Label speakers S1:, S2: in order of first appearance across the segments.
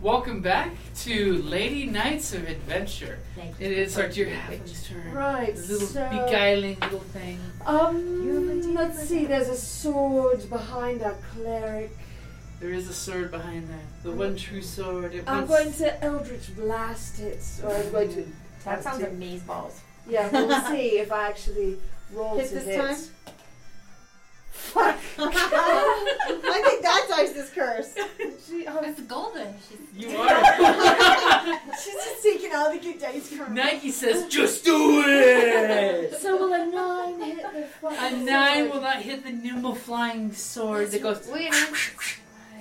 S1: Welcome back to Lady Knights of Adventure.
S2: Thank
S1: It is our dear halfling's turn.
S2: Right,
S1: This little
S2: so-
S1: beguiling little thing.
S2: Um, let's see, there's a sword behind our cleric.
S1: There is a sword behind that. The one true sword. It
S2: I'm
S1: was-
S2: going to Eldritch Blast it, or I'm going to.
S3: That sounds
S2: to-
S3: like maze balls.
S2: Yeah, we'll see if I actually roll
S3: Hit
S2: to
S3: this
S2: hit.
S3: time?
S2: Fuck!
S4: I think that's Isis this curse.
S2: She, oh,
S5: It's golden. She's
S1: You are.
S4: She's just taking all the good dice from
S1: Nike says, just do it!
S2: so will a nine hit the
S1: A
S2: fucking
S1: nine will
S2: sword?
S1: not hit the nimble flying sword that goes.
S5: wait. a minute.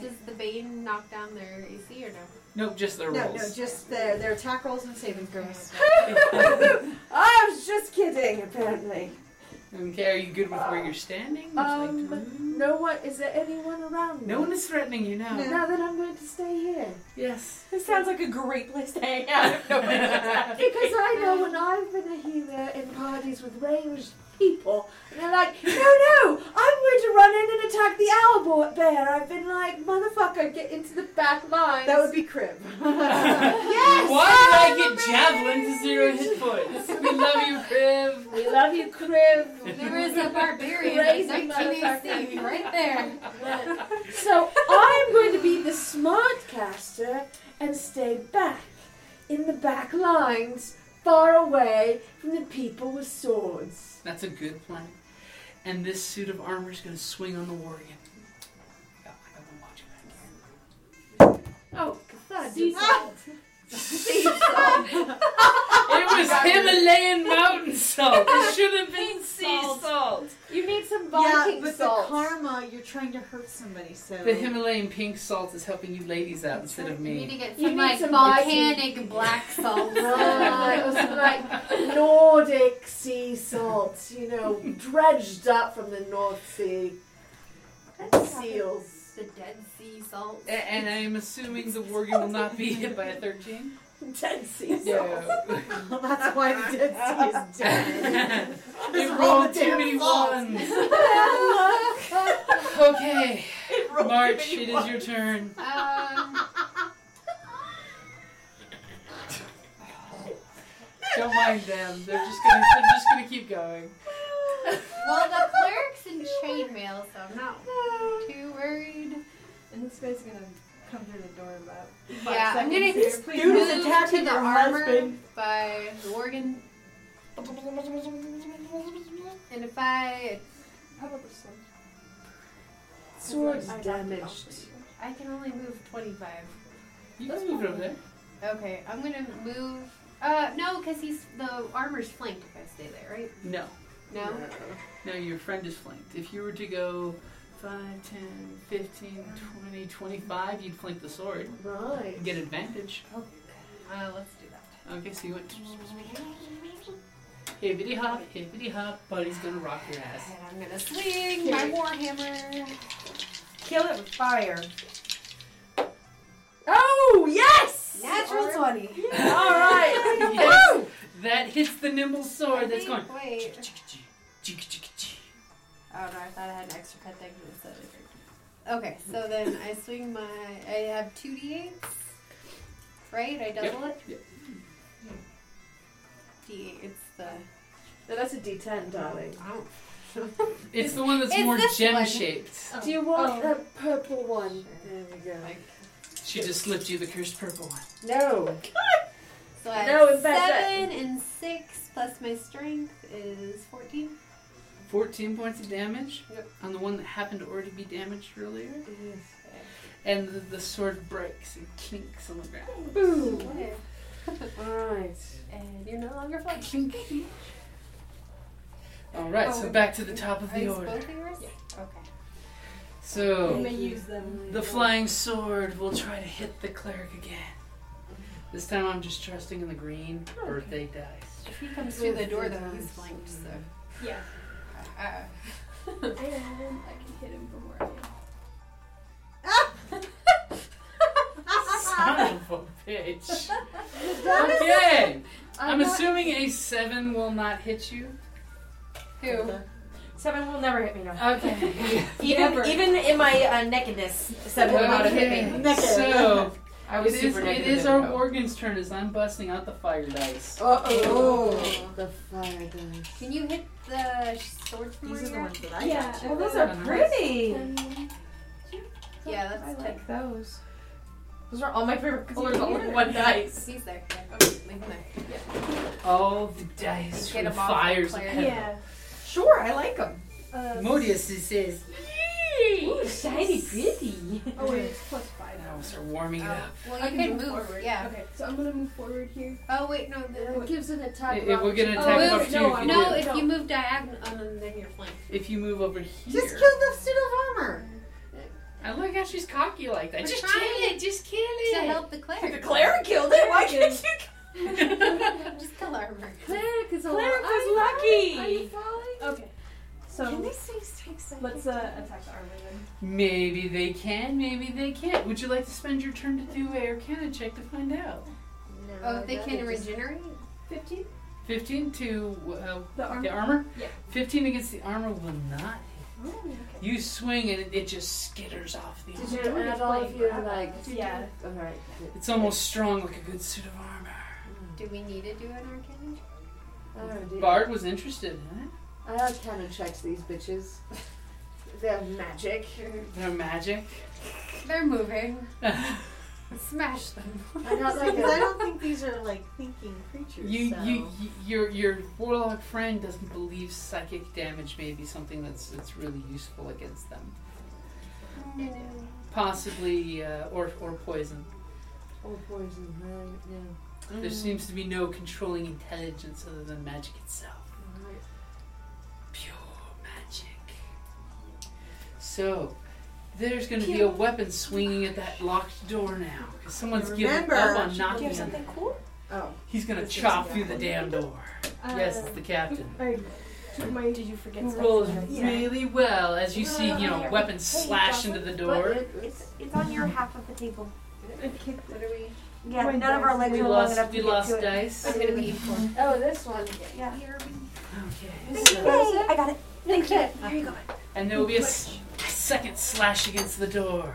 S5: Does the Bane knock down their AC or no?
S1: Nope, just their
S3: No, no,
S1: rolls.
S3: just their their attack rolls and saving throws.
S2: I was just kidding, apparently.
S1: okay, are you good with where you're standing? Would you like to
S2: Um,
S1: move?
S2: no one, is there anyone around me?
S1: no one is threatening you now.
S2: Now that I'm going to stay here.
S1: Yes.
S3: This sounds like a great place to hang out. If
S2: Because I know when I've been a healer in parties with ranged people, and they're like, no, no, I'm going to run in and attack the owl bo- bear. I've been like, motherfucker, get into the back line.
S3: that would be crib.
S1: yes! Why did I get javelin to zero hit points? We love you, Viv.
S2: We love you, Crib.
S5: There is a barbarian
S2: Crazy
S5: at 19 AC right there.
S2: so I'm going to be the smart caster and stay back in the back lines, far away from the people with swords.
S1: That's a good plan. And this suit of armor is going to swing on the war again. Oh, I don't want you back here.
S2: Oh, God,
S1: It was Himalayan mountain salt. It should have been sea salt.
S2: you need some
S4: Yeah,
S2: Viking
S4: but
S2: salt.
S4: the karma, you're trying to hurt somebody, so.
S1: The Himalayan pink salt is helping you ladies out instead of
S5: You need to
S1: me.
S5: get
S2: You
S5: some
S2: need
S5: like
S2: some
S5: volcanic black salt.
S2: Right, or some like Nordic sea salt, you know, dredged up from the North Sea. And seals.
S5: The Dead Sea salt.
S1: A- And I am assuming the wargame will not be hit by a 13.
S2: Dead sea salt.
S4: Well, that's why the dead sea is dead.
S1: it rolled too many ones. okay. March, it is your turn.
S5: Um,
S1: Don't mind them. They're just gonna they're just gonna keep going.
S5: well, the cleric's in chainmail, so I'm not too worried.
S3: And this guy's gonna come through the door about.
S5: Yeah, I'm gonna
S3: Please.
S4: Dude is
S5: move
S4: attacking
S5: to the
S4: her
S5: armor
S4: husband.
S5: by the organ. And if I
S2: Swords damaged.
S5: I can only move 25.
S1: You can move it over there.
S5: Okay, I'm gonna move. Uh, no, because he's the armor's flanked. If I stay there, right?
S1: No.
S5: No.
S1: No, your friend is flanked. If you were to go 5, 10, 15, 20, 25, you'd flank the sword.
S2: Right.
S1: Get advantage.
S5: Oh, Uh, let's do that.
S1: Okay, so you went. Hippity hop, hippity hop, buddy's gonna rock your ass.
S5: And I'm gonna swing my warhammer.
S3: Kill it with fire.
S2: Oh, yes!
S3: Natural twenty.
S2: All right.
S1: Yes, that hits the nimble
S5: I
S1: sword Oh, that's going.
S5: think- Wait.
S1: Chicka, chicka, chicka.
S3: Oh no, I thought I had an extra cut thing for this other.
S5: Okay, so then I swing my. I have two d8s, right? I double it.
S1: yep.
S5: D8. It's the.
S3: No, that's a D10, darling.
S5: I don't.
S1: It's the one that's
S5: It's
S1: more
S5: this
S1: gem
S5: one.
S1: shaped.
S3: Oh.
S2: Do you want
S3: Oh.
S2: the purple one? There we go.
S5: Like,
S1: She just slipped you the cursed purple one.
S2: No.
S5: so I have
S2: No, in fact, that-
S5: seven and six plus my strength is fourteen.
S1: 14 points of damage
S5: Yep.
S1: on the one that happened to already be damaged earlier. And the, the sword breaks and clinks on the ground.
S2: Boom.
S5: Okay.
S2: Right.
S5: And you're no longer flanking.
S1: Alright, so
S5: Oh,
S1: back to the top of
S5: Are
S1: the
S5: you
S1: order.
S5: both yours? Okay.
S1: So.
S3: You may use them.
S1: Oh. The flying sword will try to hit the cleric again. This time I'm just trusting in the green birthday dice.
S5: If he comes through the door, though, he's flanked. So.
S3: Yeah.
S5: Uh,
S3: And I can hit him from where I am.
S1: Son of a bitch. Okay. I'm assuming a seven will not hit you.
S5: who?
S3: Seven will never hit me now.
S1: Okay.
S3: Even
S5: Never.
S3: even in my uh, nakedness, seven will not have hit me.
S1: okay. So
S3: I
S1: it
S3: was
S1: is,
S3: super
S1: it
S3: naked
S1: is
S3: a
S1: our
S3: minute ago.
S1: Morgan's turn as I'm busting out the fire dice.
S3: Uh oh.
S5: Oh.
S2: The fire dice.
S5: Can you hit the sword from
S6: These
S5: where
S6: are the
S5: you're
S6: ones
S5: at?
S6: that I
S3: Yeah,
S6: got.
S2: Oh,
S3: well, those are pretty.
S5: Yeah, that's
S3: I
S5: ten.
S3: like those. Those are all my favorite colors
S5: Yeah.
S3: all in one dice.
S5: He's there. Yeah. Okay, leave him there.
S1: All the dice from
S5: Get them off the
S1: fires.
S5: cleric.
S1: of
S3: Yeah. Sure, I like them.
S2: Uh,
S1: heaven. Modius says,
S3: Ooh, shiny, pretty.
S7: Oh wait, it's plus five.
S1: and I'll start warming it
S5: Oh,
S1: up.
S5: well,
S7: I
S5: you can move. Yeah.
S7: Okay, so I'm gonna move forward here.
S5: Oh wait, no.
S7: It
S5: The,
S7: gives an attack.
S1: It,
S7: of
S1: it will get an
S7: opportunity.
S1: attack
S5: wait,
S2: Oh,
S1: of
S7: wait,
S1: opportunity
S7: no,
S1: if
S7: I
S1: you do-
S5: no, if you move diagonal, oh, no, then you're flanked.
S1: if you move over here.
S6: Just kill the suit of armor.
S1: I like how she's cocky like that.
S5: We're
S1: just
S5: trying
S1: kill it, just kill
S5: To
S1: it.
S5: help the cleric.
S3: The cleric killed it. Why
S7: Cleric
S3: can't you?
S5: Just kill armor.
S7: Cleric is a
S3: Cleric
S7: lot-
S3: was
S7: I'm
S3: lucky.
S7: Are you falling?
S3: Okay.
S6: Can
S7: So
S6: these things take some?
S7: let's uh, attack the armor then.
S1: Maybe they can, maybe they can't. Would you like to spend your turn to do a Arcana check to find out?
S5: Oh, they can regenerate.
S7: Fifteen.
S1: 15 to uh,
S7: The armor.
S1: the armor?
S7: Yeah.
S1: 15 against the armor will not.
S7: Oh, okay.
S1: You swing and it, it just skitters off the armor.
S2: Did you
S7: uh,
S2: add all of your like?
S7: Yeah.
S2: All right.
S1: It's almost strong like a good suit of armor.
S5: Do we need to do an arcana?
S2: Oh, dear.
S1: Bard was interested in it.
S2: I have cannon checks these bitches. They're magic.
S1: They're magic.
S5: They're moving. Smash them.
S2: I got like
S6: Because I
S2: a
S6: don't think these are like thinking creatures.
S1: You,
S6: so.
S1: you, you, your, your warlock friend doesn't believe psychic damage may be something that's that's really useful against them. Possibly, uh, or or poison.
S2: oh poison, right? Yeah.
S1: There seems to be no controlling intelligence other than magic itself.
S2: Right.
S1: Pure magic. So, there's going to be a weapon swinging at that locked door now. 'cause someone's
S6: Remember,
S1: giving up on
S6: do you
S1: knocking
S6: have
S1: on it.
S6: something cool?
S2: Oh,
S1: He's going to
S2: This is
S1: chop
S2: bad.
S1: through the damn door. yes, it's the captain.
S7: I took my. Did you forget?
S1: Who rolls really well as you see, you know, weapons slash into the door.
S3: It's it's on your half of the table.
S5: What are we?
S3: Yeah,
S7: Right
S3: none of our
S7: there.
S3: legs
S1: We
S3: are long
S1: lost,
S3: enough to
S1: we
S3: get
S1: lost uh,
S3: to it.
S1: dice.
S5: I'm gonna be four.
S7: Oh, this one.
S3: Yeah.
S1: Okay.
S3: Yay, I got it. Thank you.
S1: And there will be a s- second slash against the door.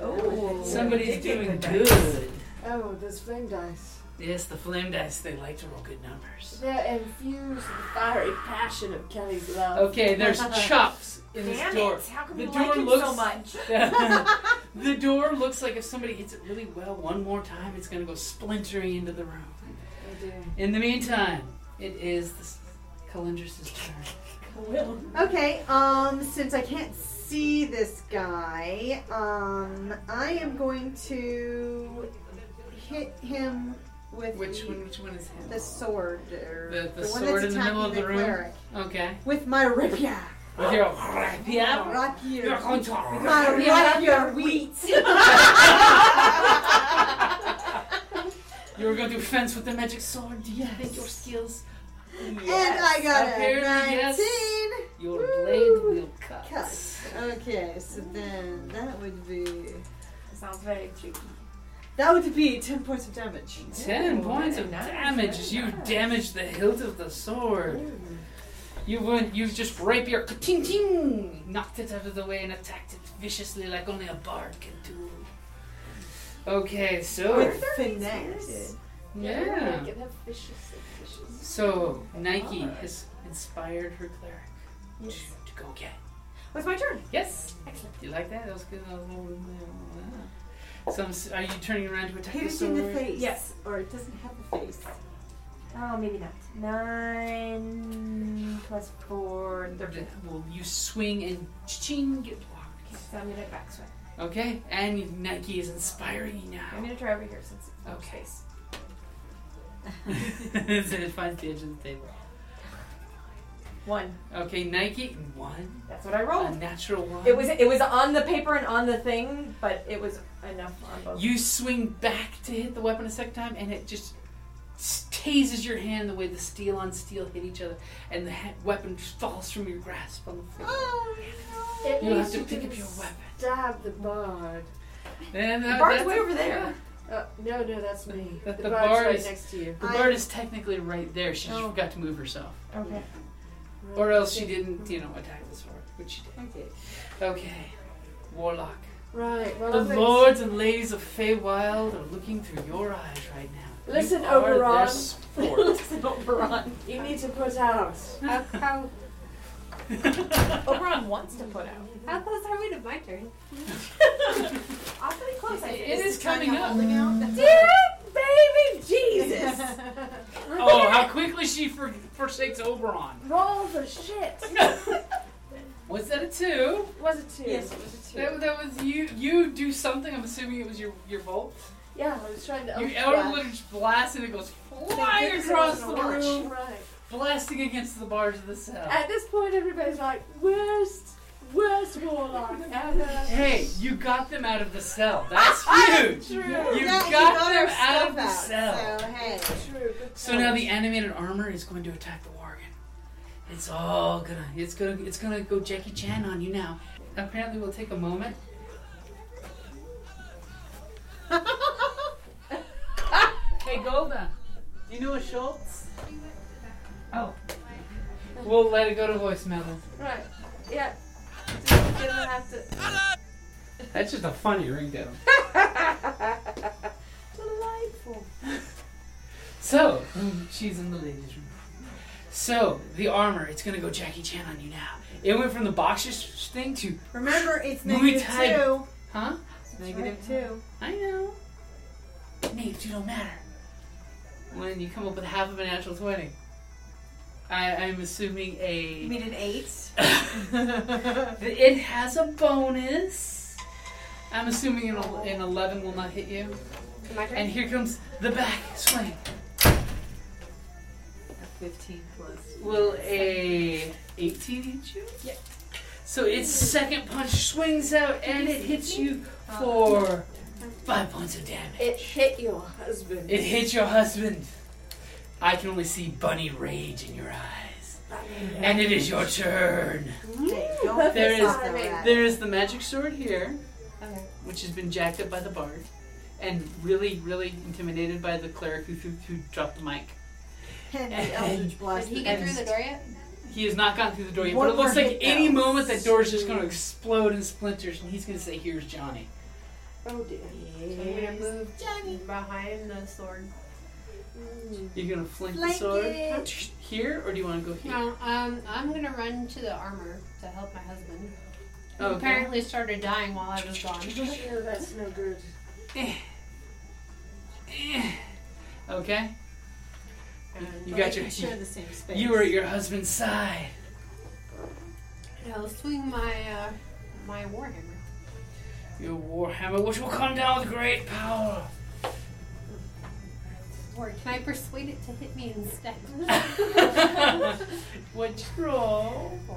S2: oh,
S1: Somebody's doing good.
S2: oh, those flame dice.
S1: Yes, the flame dice, they like to roll good numbers.
S2: They're infused with the fiery passion of Kelly's love.
S1: Okay, there's chops in this
S3: Damn
S1: door.
S3: it! How come
S1: The
S3: you
S1: door
S3: like him
S1: looks-
S3: so much?
S1: the door looks like if somebody hits it really well one more time, it's going to go splintering into the room.
S2: Oh, dear.
S1: In the meantime, it is the s- Calendris' turn.
S6: Okay, um, since I can't see this guy, um, I am going to hit him with
S1: Which
S6: the,
S1: one? Which one is him?
S6: the sword. Or
S1: The- the
S6: one
S1: sword
S6: that's
S1: in the middle
S6: attacking
S1: of the room?
S6: cleric.
S1: Okay.
S6: With my rapier.
S1: With your rapier. You're
S6: Rapier.
S1: going to.
S6: My rapier wheat.
S1: You were going to fence with the magic sword. Do you think your skills? Yes.
S6: And I got
S1: Apparently, yes.
S6: a 19.
S1: Your
S6: Woo.
S1: blade will cut.
S6: Cut. Okay, so then that would be.
S3: Sounds very cheeky.
S6: That would be 10 points of damage.
S1: Ten
S3: Ooh,
S1: points of
S3: nice,
S1: damage.
S3: very
S1: you
S3: nice.
S1: damage the hilt of the sword. You went. You just rapier, ka-ting, ting, knocked it out of the way and attacked it viciously like only a bard can do. Okay, so
S4: With finesse.
S1: yeah.
S7: Get that vicious, vicious.
S1: So Nike has inspired her cleric
S7: Yes.
S1: to, to go get.
S7: What's my turn?
S1: Yes.
S7: Excellent.
S1: You like that? That was good. That was more than that. So I'm, s- are you turning around to attack
S4: Hit it
S1: the
S4: in
S1: sword?
S4: the face.
S7: Yes.
S4: Or it doesn't have a face.
S7: Oh, maybe not. Nine plus four, thirteen.
S1: Well, you swing and ching get blocked.
S7: So I'm gonna backswing.
S1: Okay, and Nike is inspiring you
S7: I'm
S1: now.
S7: gonna try over here since it's more
S1: Okay.
S7: space.
S1: so it finds the edge of the table.
S7: One.
S1: Okay, Nike one,
S7: That's what I
S1: a
S7: rolled.
S1: natural one.
S7: Oh. It was it was on the paper and on the thing, but it was enough on both.
S1: You swing back to hit the weapon a second time, and it just s- tases your hand the way the steel on steel hit each other, and the ha- weapon just falls from your grasp on the floor.
S7: It
S1: You'll have
S7: means
S1: to
S7: you
S1: pick
S7: can
S1: up your weapon.
S7: Stab the bard.
S1: And, uh,
S7: Bart's
S1: that's
S7: way
S1: a-
S7: over there.
S2: Uh, no, no, that's me.
S1: But
S2: the,
S1: the
S2: bard's
S1: bard
S2: right
S1: is-
S2: next to you.
S1: The bird is technically right there. She just forgot to move herself,
S7: Okay.
S1: or else she didn't, you know, attack the sword, which she did.
S4: Okay.
S1: Okay, warlock.
S2: Right. Well,
S1: The
S2: listen-
S1: lords and ladies of Feywild are looking through your eyes right now.
S2: Listen,
S1: you are their
S2: Oberon.
S1: sport.
S7: Oberon.
S2: You need to put out.
S5: How, how,
S7: Oberon wants to put out.
S5: how close are we to my turn?
S7: I'm pretty close. I
S1: it is coming up.
S7: Dear baby Jesus.
S1: Oh, how quickly she for- forsakes Oberon.
S2: Roll the shit.
S1: Was that a two?
S2: Was it two?
S4: Yes, it was a two.
S1: That, that was you. You do something. I'm assuming it was your your bolt.
S2: Yeah, I was trying to.
S1: Your
S2: oh,
S1: elder Eldritch blast and it goes flying
S2: this
S1: across
S2: is
S1: the
S2: not
S1: room,
S2: Right.
S1: blasting against the bars of the cell.
S2: At this point, everybody's like, worst, worst warlock ever.
S1: Hey, you got them out of the cell. That's huge.
S2: True.
S1: You
S6: Yeah,
S1: got,
S6: you
S1: them
S6: our
S1: out of
S6: stuff
S1: the cell.
S6: So hey,
S2: True. Good
S1: So now the animated armor is going to attack the Worgen. It's all gonna. It's gonna. It's gonna go Jackie Chan on you now. Apparently, we'll take a moment. hey Golda, do you know a Schultz? Oh, we'll let it go to voicemail. Then.
S2: Right. Yeah. Just gonna have to.
S1: That's just a funny ringtone.
S2: Delightful.
S1: So,
S4: Mm.
S1: she's in the ladies' room. So the armor, it's gonna go Jackie Chan on you now. It went from the boxer sh- thing to
S4: Remember, it's
S1: Muay
S4: negative
S1: Thai.
S4: two.
S1: huh?
S4: Negative two.
S1: I know. Names you don't matter. When you come up with half of a natural twenty. I, I'm assuming
S4: You
S1: a
S4: mean an eight?
S1: it has a bonus. I'm assuming an, el- an 11 will not hit you.
S5: My turn?
S1: And here comes the back swing.
S4: Fifteen plus.
S1: Will a 18 hit you? Yeah. So its second punch swings out and it hits you for five points of damage.
S2: It hit your husband.
S1: It hit your husband. I can only see bunny rage in your eyes. And it is your turn.
S4: Hey, don't
S2: There
S4: piss
S1: is-
S4: off the rat.
S1: There is the magic sword here, which has been jacked up by the bard, and really, really intimidated by the cleric who, who, who dropped the mic.
S4: And the Eldritch
S5: Did
S4: Blast.
S5: he get through the door yet?
S1: He has not gone through the door yet,
S4: One
S1: but it looks
S4: more
S1: like
S4: hit,
S1: any
S4: though.
S1: moment that door is just going to explode in splinters, and he's going to say, "Here's Johnny."
S2: Oh dear.
S5: So I'm gonna move behind the sword.
S1: You're going to flank the
S4: Flank
S1: sword
S4: it.
S1: here, or do you want to go here?
S5: No, um, I'm gonna run to the armor to help my husband. who
S1: Oh, Okay.
S5: Apparently started dying while I was gone.
S2: No, that's no good.
S1: Eh. Okay. You
S5: And
S1: got your.
S4: Making Sure the same space.
S1: You were at your husband's side.
S5: I'll swing my uh, my warhammer.
S1: Your warhammer, which will come down with great power.
S5: Or can I persuade it to hit me instead?
S1: What's roll?
S5: Four.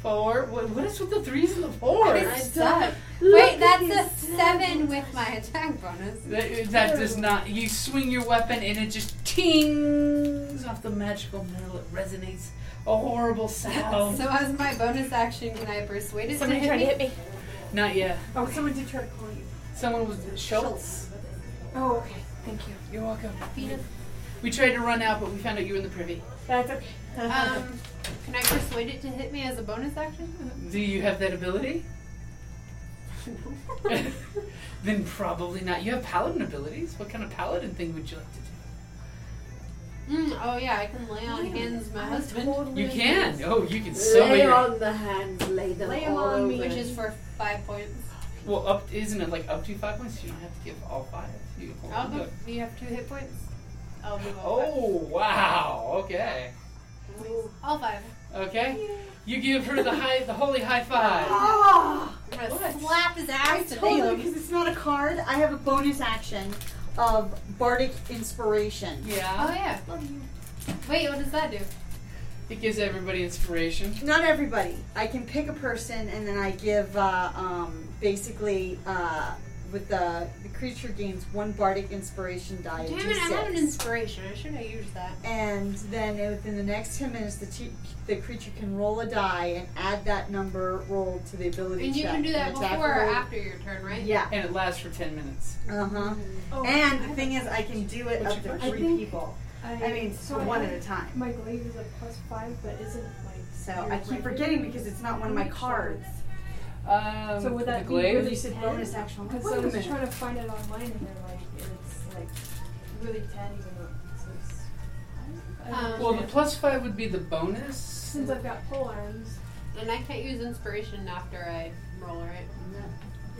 S1: Four? What, what is with the threes and the fours?
S5: Suck. Wait, that's a seven with my attack bonus.
S1: That, that does not. You swing your weapon and it just tings off the magical metal. It resonates a horrible sound.
S5: So as my bonus action, can I persuade it
S7: Somebody
S5: to hit
S7: trying
S5: me?
S7: to hit me.
S1: Not yet.
S2: Oh, someone did try to call you.
S1: Someone was Schultz.
S2: Oh, okay. Thank you.
S1: You're welcome.
S5: Peanut.
S1: We tried to run out, but we found out you were in the privy.
S2: That's okay.
S5: Um, can I persuade it to hit me as a bonus action?
S1: Do you have that ability? then probably not. You have paladin abilities. What kind of paladin thing would you like to do?
S5: Mm, oh yeah, I can lay on hands my husband,
S1: You can. Oh, you can so
S8: Lay
S1: many.
S8: on the hands, lay them
S5: lay him
S8: all
S5: on me,
S8: over.
S5: which is for five points.
S1: Well, up isn't it like up to five points? You don't have to give all five. You can
S5: I'll
S1: hold
S5: go.
S1: it.
S5: You have two hit points. I'll move all five.
S1: Oh wow! Okay,
S5: All five.
S1: okay. You give her the high, the holy high five.
S9: Oh,
S5: I'm gonna
S1: What?
S5: slap his
S4: Ah! I
S5: ass
S4: told you
S5: today.
S4: because it's not a card. I have a bonus action of bardic inspiration.
S5: Oh
S1: Yeah,
S5: yeah. Wait, what does that do?
S1: it gives everybody inspiration.
S4: Not everybody. I can pick a person and then I give uh, um, basically uh, with the the creature gains one bardic inspiration die. a
S5: Damn it! I
S4: D6.
S5: have an inspiration. I should have used that.
S4: and then within the next 10 minutes, the, t- the creature can roll a die and add that number rolled to the ability
S5: And you
S4: check.
S5: can do that
S4: and attack
S5: before or
S4: roll.
S5: after your turn, right?
S4: Yeah.
S1: And it lasts for ten minutes.
S4: Uh huh. and the thing is, I can do it
S1: Oh. What's
S4: up
S1: your
S4: to
S1: question?
S4: three
S2: I think-
S4: people.
S2: I,
S4: I mean,
S2: so
S4: one
S2: I
S4: at a
S2: have-
S4: time.
S2: My glaive is a plus five, but isn't like.
S4: So
S2: your
S4: I keep
S2: regular-
S4: forgetting because it's not one of my cards.
S1: Um,
S2: So would
S1: the
S2: that be
S1: glaive?
S2: really
S4: You said
S2: ten?
S4: bonus action. I'm like,
S2: Because I
S4: wait a
S2: was
S4: minute.
S2: trying to find it online and they're like, it's like really ten even though it's. it's I don't
S5: Um,
S1: Well, the
S2: understand.
S1: plus five would be the bonus.
S2: since I've got pole arms,
S5: And I can't use inspiration after I roll, right?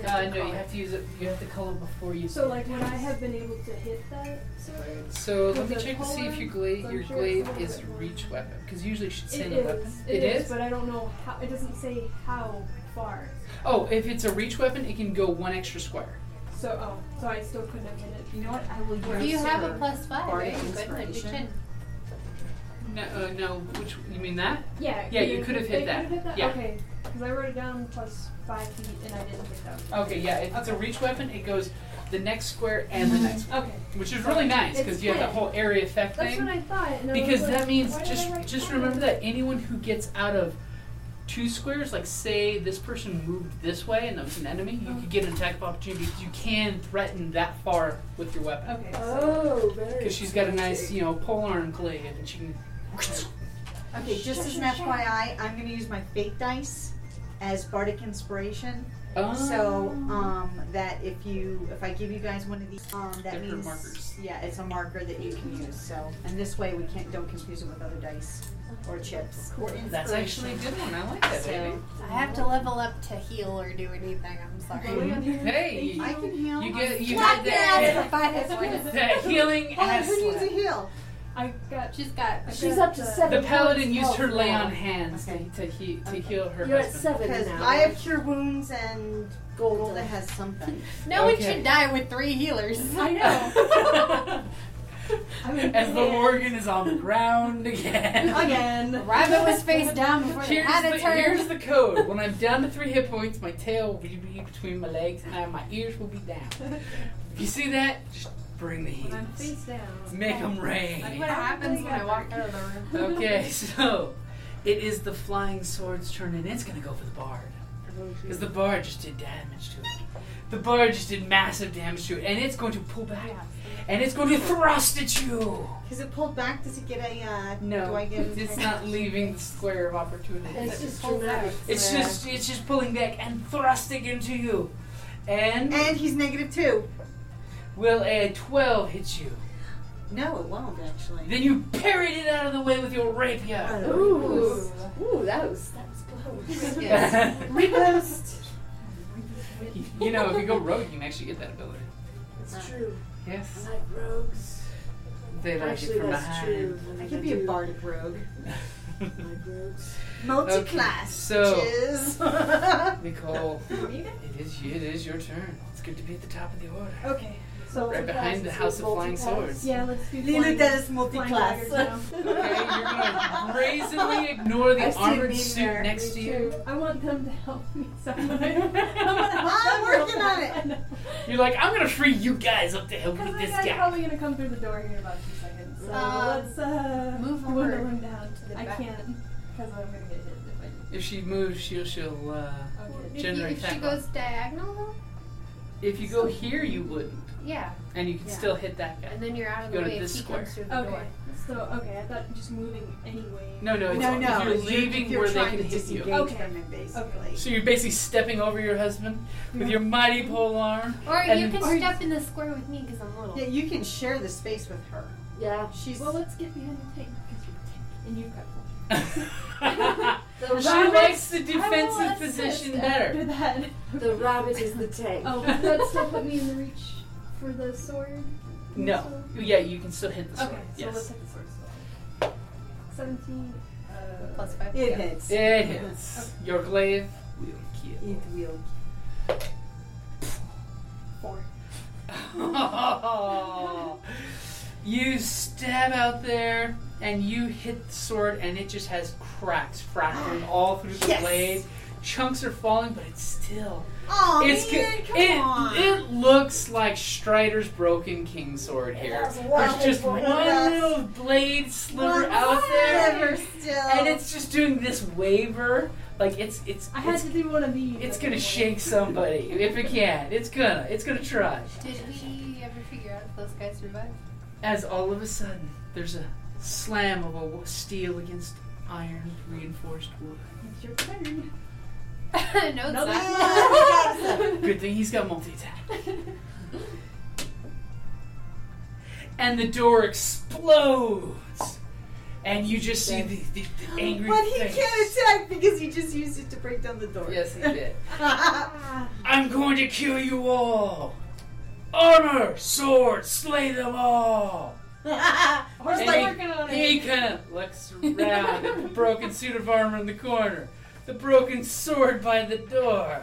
S1: Uh, no, you have to use it. You have to color before you.
S2: so like when I have been able to hit that sword,
S1: So let
S2: With
S1: me
S2: the
S1: check to see if your glaive,
S2: I'm
S1: your
S2: sure it's a
S1: glaive
S2: little
S1: is
S2: bit more.
S1: reach weapon, because usually it should say
S2: it
S1: the weapon.
S2: is. It is, but I don't know how. It doesn't say how far.
S1: Oh, if it's a reach weapon, it can go one extra square.
S2: So oh, so I still couldn't have hit it.
S9: You know what? I will
S5: Do
S9: use
S5: you have a
S9: her
S5: plus five,
S9: bardic
S5: right? But like you
S9: inspiration.
S5: can.
S1: No, uh, no. Which you mean that?
S2: Yeah.
S1: Yeah, you
S2: they-
S1: could have hit
S2: they
S1: that.
S2: Could have hit that.
S1: Yeah.
S2: Okay. Because I wrote it down plus five feet and I didn't hit that.
S1: Okay, yeah. If it's a reach weapon, it goes the next square and the next,
S2: Okay.
S1: one, which is really nice because
S2: Mm-hmm. It's
S1: you have that
S2: planned.
S1: whole area effect
S2: That's
S1: thing.
S2: what I thought. And I was
S1: Because
S2: like,
S1: that means
S2: why did
S1: just
S2: I write
S1: just
S2: five?
S1: remember that anyone who gets out of two squares, like say this person moved this way and there was an enemy, you could get an attack of opportunity because you can threaten that far with your weapon.
S2: Okay. So
S8: Oh, very.
S1: Because she's got a nice, you know, polearm glaive, and she can.
S4: Okay, just as an FYI, I'm going to use my fate dice as bardic inspiration.
S1: Oh.
S4: So um, that if you, if I give you guys one of these, um, that
S1: Different
S4: means
S1: markers.
S4: yeah, it's a marker that you can use. So and this way we can't don't confuse it with other dice or chips. Or
S1: That's actually a good one. I like that, baby.
S5: I have to level up to heal or do anything. I'm sorry.
S1: Hey,
S4: I can heal.
S1: you get you
S4: Slap
S1: had that,
S4: your ass for five points.
S1: that healing
S4: Why?
S1: ass.
S4: Who needs a
S1: slap.
S4: heal?
S2: I got.
S5: She's got.
S8: She's up to seven.
S1: The paladin
S4: Oh,
S8: points
S1: used her
S8: health
S1: lay
S8: now.
S1: on hands to to, he, to heal her
S8: You're at
S1: husband.
S8: seven
S4: Because
S8: now.
S4: I have cure wounds and
S8: gold.
S4: Golda has something.
S5: No one
S1: Okay.
S5: should die with three healers.
S2: I know.
S1: As the Morgan is on the ground again.
S4: Again.
S5: Rabbit was face down before they
S1: Here's
S5: had
S1: the,
S5: a turn.
S1: here's the code. When I'm down to three hit points, my tail will be between my legs and my ears will be down. If you see that, just bring the
S2: When I'm
S1: heat.
S2: face down.
S1: Make them
S5: That's
S1: rain.
S5: what happens when I walk out of the room.
S1: Okay, so it is the flying sword's turn, and it's gonna go for the bard. Because the bard just did damage to it. The bard just did massive damage to it, and it's going to pull back, and it's going to thrust at you.
S4: Because it pulled back. Does it get a? Uh,
S1: No,
S4: Do I get? an
S1: it's
S4: attack?
S1: not leaving the square of opportunity.
S8: It's just dramatic.
S1: It's just it's just pulling back and thrusting into you. And,
S4: And he's negative two.
S1: will a 12 hit you?
S4: No, it won't actually.
S1: Then you parried it out of the way with your rapier.
S8: Ooh, ooh, that was that was close.
S1: you know, if you go rogue, you can actually get that ability.
S8: It's true.
S1: Yes.
S8: Like rogues.
S1: They like it
S8: Actually,
S1: from
S8: that's
S1: behind.
S8: true. When
S4: I
S8: they
S4: could be a
S8: do
S4: bardic rogue.
S8: like rogues.
S4: Multi-class.
S1: so-
S4: bitches.
S1: Nicole, it is it is your turn. It's good to be at the top of the order.
S2: Okay. So
S1: Right behind the House of Flying Swords.
S2: Yeah, let's do.
S4: Lila
S2: flying-
S4: does
S2: flying
S4: multi-class.
S2: daggers now.
S1: Okay, you're gonna brazenly ignore the
S9: I've seen
S1: armored
S9: meme
S1: suit
S9: there.
S1: next to you.
S2: I want them to help me somehow. I want to help
S4: I'm
S2: them
S4: working on it.
S2: I know.
S1: You're like, I'm gonna free you guys up to help
S2: Because
S1: with
S2: that
S1: this
S2: guy's
S1: guy.
S2: probably gonna come through the door here in about two seconds. So
S5: Um,
S2: let's uh,
S5: move
S2: dwindle
S5: over
S2: him down.
S5: to the
S2: I
S5: back.
S2: can't because I'm gonna get hit if I
S1: If she moves, she'll she'll. Uh,
S2: Okay.
S5: If, you,
S1: Generate
S5: if she
S1: attack
S5: goes diagonal, though,
S1: if you go here, you wouldn't,
S5: yeah,
S1: and you can
S5: Yeah.
S1: still hit that guy.
S5: and then you're out of
S1: Go
S5: the
S1: to
S5: way if
S1: this
S5: he
S1: square.
S5: comes through the
S2: Okay.
S5: door.
S10: So okay, I thought just moving anyway.
S1: No, no, it's
S4: No,
S1: if
S4: no.
S1: You're
S4: it's
S1: leaving
S4: you're
S1: where they
S4: trying
S1: can
S4: to
S1: hit you.
S4: disengage
S10: Okay.
S4: from him, basically.
S1: So you're basically stepping over your husband with your mighty pole arm.
S5: Or you
S1: And-
S5: can
S4: Or-
S5: step in the square with me because I'm little.
S4: Yeah, you can share the space with her.
S7: Yeah.
S4: She's
S10: Well, let's get behind the tank because you're tank and you've got.
S7: The
S1: she
S7: rabbit,
S1: likes the
S10: I will
S1: defensive
S10: assist
S1: position
S10: After
S1: better.
S10: that.
S7: the rabbit is the tank.
S10: Oh, would that still put me in the reach for the sword?
S1: No. Yeah, you can still hit the sword.
S10: Okay, so let's
S1: yes.
S10: hit the sword. still. Seventeen. Uh,
S4: plus five. It hits.
S1: It hits. Your glaive will kill.
S4: It will.
S10: Four.
S1: you stab out there and you hit the sword and it just has cracks fracturing all through the
S4: Yes.
S1: blade. Chunks are falling, but it's still
S6: Oh,
S1: it's
S6: man,
S1: good.
S6: come
S1: it,
S6: on.
S1: it looks like Strider's broken king sword here. There's just one
S6: Yes.
S1: little blade sliver
S6: One
S1: out there,
S6: sliver still.
S1: and it's just doing this waver. Like it's it's
S10: I had
S1: it's,
S10: to do one of these.
S1: it's gonna shake somebody if it can. It's gonna it's gonna try.
S5: Did we ever figure out if those guys survived?
S1: As all of a sudden, there's a slam of a w- steel against iron reinforced wood.
S10: It's your turn.
S5: no, it's not.
S1: Good thing he's got multi attack. and the door explodes. And you just see the, the, the angry
S4: But he
S1: face.
S4: can't attack because he just used it to break down the door.
S1: Yes, he did. I'm going to kill you all. Armor, sword, slay them all.
S10: We're
S1: And
S10: still working on it.
S1: He kind of looks around at the broken suit of armor in the corner, the broken sword by the door,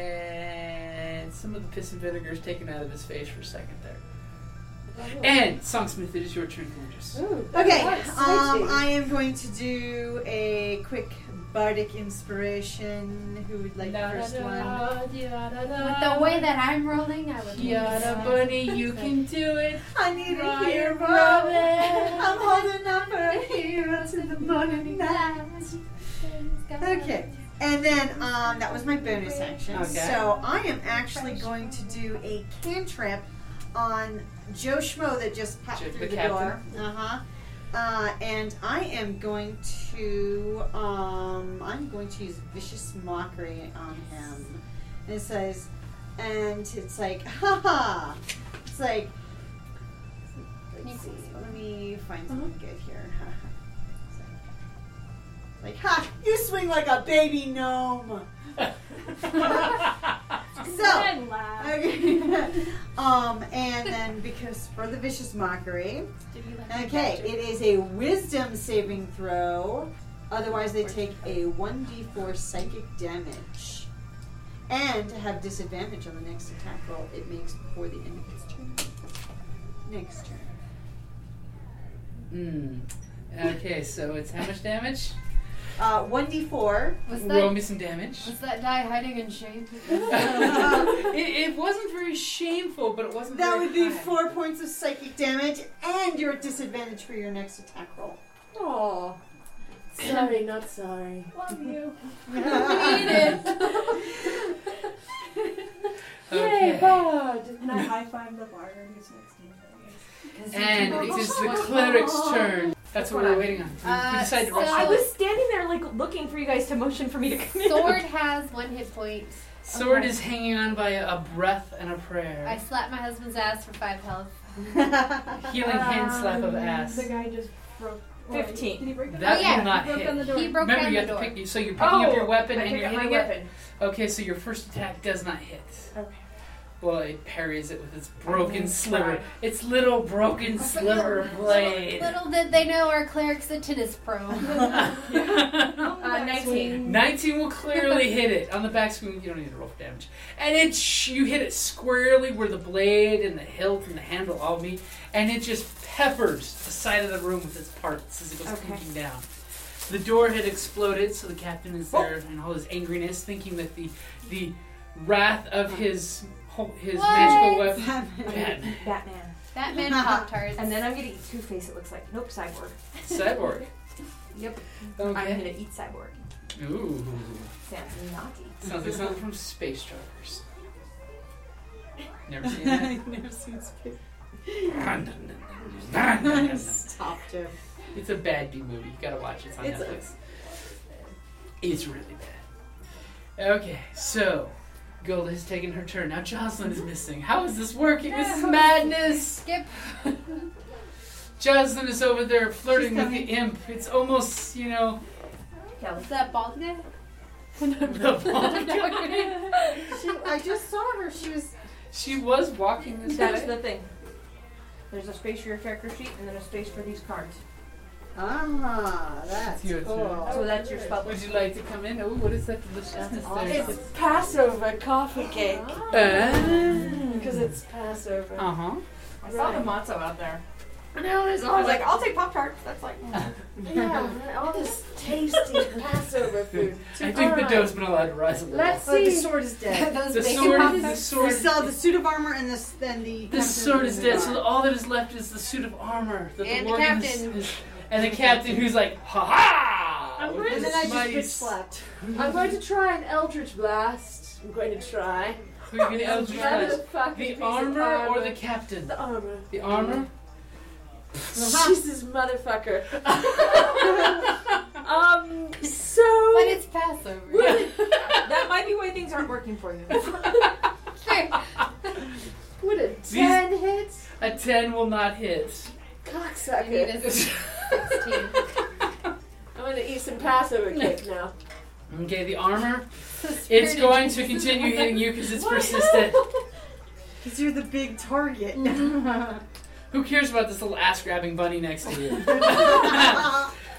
S1: and some of the piss and vinegar is taken out of his face for a second there. And Songsmith, it is your turn, gorgeous.
S7: Ooh,
S4: Okay,
S7: that's
S4: um,
S7: switchy.
S4: I am going to do a quick bardic inspiration. Who would like the first one?
S5: With the way that I'm rolling, I would.
S1: Yada bunny, you can do it.
S4: I need a
S1: Ryan
S4: hero.
S1: Robin.
S4: I'm holding up for a hero to the morning light. Okay, and then um, that was my bonus action.
S1: Okay.
S4: So I am actually going to do a cantrip on Joe Schmo that just popped
S1: Joe-
S4: through
S1: the
S4: the,
S1: captain?
S4: door. Uh-huh. Uh And I am going to um, I'm going to use vicious mockery on him. And it says, and it's like, ha ha. It's like, let's see. Let me find something good here. like, ha! You swing like a baby gnome. So.
S10: Then laugh.
S4: Okay. um, and then because for the vicious mockery. Okay, it is a wisdom saving throw. Otherwise, they take a 1d4 psychic damage and have disadvantage on the next attack roll it makes before the end of its turn. Next turn.
S1: Mm. Okay, so it's how much damage?
S4: Uh, 1d4.
S5: Was
S1: Roll
S5: that,
S1: me some damage.
S5: was that die hiding in shame?
S1: it, it wasn't very shameful, but it wasn't.
S4: That
S1: very
S4: would be
S1: high.
S4: four points of psychic damage, and you're at disadvantage for your next attack roll.
S7: Aw. Sorry, not sorry.
S10: Love you.
S1: Okay.
S7: Yay, bud!
S10: And I high five the bard who's next to me.
S1: And it is the cleric's turn. That's what we're waiting on. We- We
S5: Uh,
S1: decided to
S5: so-
S1: rush
S7: I
S1: it.
S7: was standing there like looking for you guys to motion for me to come in.
S5: Sword has one hit point.
S1: Sword
S7: okay.
S1: is hanging on by a breath and a prayer.
S5: I slapped my husband's ass for five health.
S1: Healing hand slap of ass.
S10: The guy just broke. wait,
S7: 15.
S10: Did he break
S1: That
S5: Oh, yeah,
S1: will not
S10: broke
S1: hit.
S10: down the door.
S5: He broke
S1: Remember,
S5: down
S1: you
S5: the
S1: have to
S5: door.
S1: pick. So you're picking up your weapon
S7: Oh, I
S1: and
S7: pick
S1: you're
S7: up my
S1: hitting it.
S7: weapon.
S1: Okay, so your first attack does not hit.
S7: Okay.
S1: Well, it parries it with its broken sliver. Its little broken sliver blade.
S5: Little did they know our cleric's a tennis pro.
S7: Uh, 19.
S1: 19 will clearly hit it on the back swing. You don't need to roll for damage, and it sh- you hit it squarely where the blade and the hilt and the handle all meet, and it just peppers the side of the room with its parts as it goes clinking down. The door had exploded, so the captain is there
S7: Oh.
S1: in all his angriness, thinking that the the wrath of his ho- his
S5: What?
S1: magical weapon.
S4: Batman.
S1: Batman.
S7: Batman.
S5: That man pop tarts.
S7: And then I'm gonna eat Two Face, it looks like. Nope, Cyborg.
S1: Cyborg.
S7: Yep. I'm
S1: Okay.
S7: gonna eat Cyborg.
S1: Ooh.
S7: Sounds naughty.
S1: Sounds like something from Space Truckers. Never seen that.
S4: I've never seen space. Stop, Jim.
S1: It's a bad B movie. You gotta watch it. It's on
S7: It's a-
S1: Netflix. It's really bad. Okay, so Golda has taken her turn. Now Jocelyn is missing. How is this working? This is madness.
S5: Skip.
S1: Jocelyn is over there flirting
S5: She's
S1: with the imp. It's almost, you know,
S5: Is that bald guy?
S1: the ball.
S4: She, I just saw her. She was.
S1: She was walking this
S7: That's
S1: way.
S7: the thing. There's a space for your character sheet and then a space for these cards.
S4: Ah, that's
S1: Your
S4: cool.
S7: So that's your spell.
S1: Would you like to come in? Oh, what is that deliciousness there?
S7: It's Passover coffee cake because it's Passover.
S1: Uh huh.
S7: I saw the
S3: matzo out there.
S7: No, it's
S3: I was like, I'll take Pop Tarts. That's like,
S2: yeah, all this tasty Passover food.
S1: I think the dough's been allowed to rise a little.
S2: Let's
S4: Oh, the
S2: see.
S4: sword is dead.
S3: those
S1: the
S3: bacon
S1: sword,
S3: Pop
S1: the
S3: Tarts.
S4: we
S1: sword,
S4: still have the suit of armor and this, then the.
S1: the sword is dead. So all that is left is the suit of armor that
S5: And
S1: the
S5: the
S1: Lord is-
S5: captain.
S1: is- and the captain, who's like, ha ha!
S2: I'm
S1: with
S4: And
S1: his
S4: then I just
S1: mighty
S4: pitch
S1: s-
S4: slapped.
S2: I'm going to try an Eldritch Blast. I'm going to try.
S1: who you gonna eldritch
S2: Another
S1: blast?
S2: fucking piece
S1: The
S2: of
S1: armor, or the
S2: armor.
S1: captain?
S2: The armor.
S1: The armor.
S2: Jesus motherfucker. um, so.
S5: But it's Passover.
S7: that might be why things aren't working for you.
S2: What a 10 hits?
S1: A ten will not hit.
S5: I need
S2: Cocksucker.
S5: a 16.
S2: I'm gonna eat some Passover cake now.
S1: Okay, the armor. It's going to continue hitting you because it's persistent.
S4: Because you're the big target.
S1: Who cares about this little ass grabbing bunny next to you?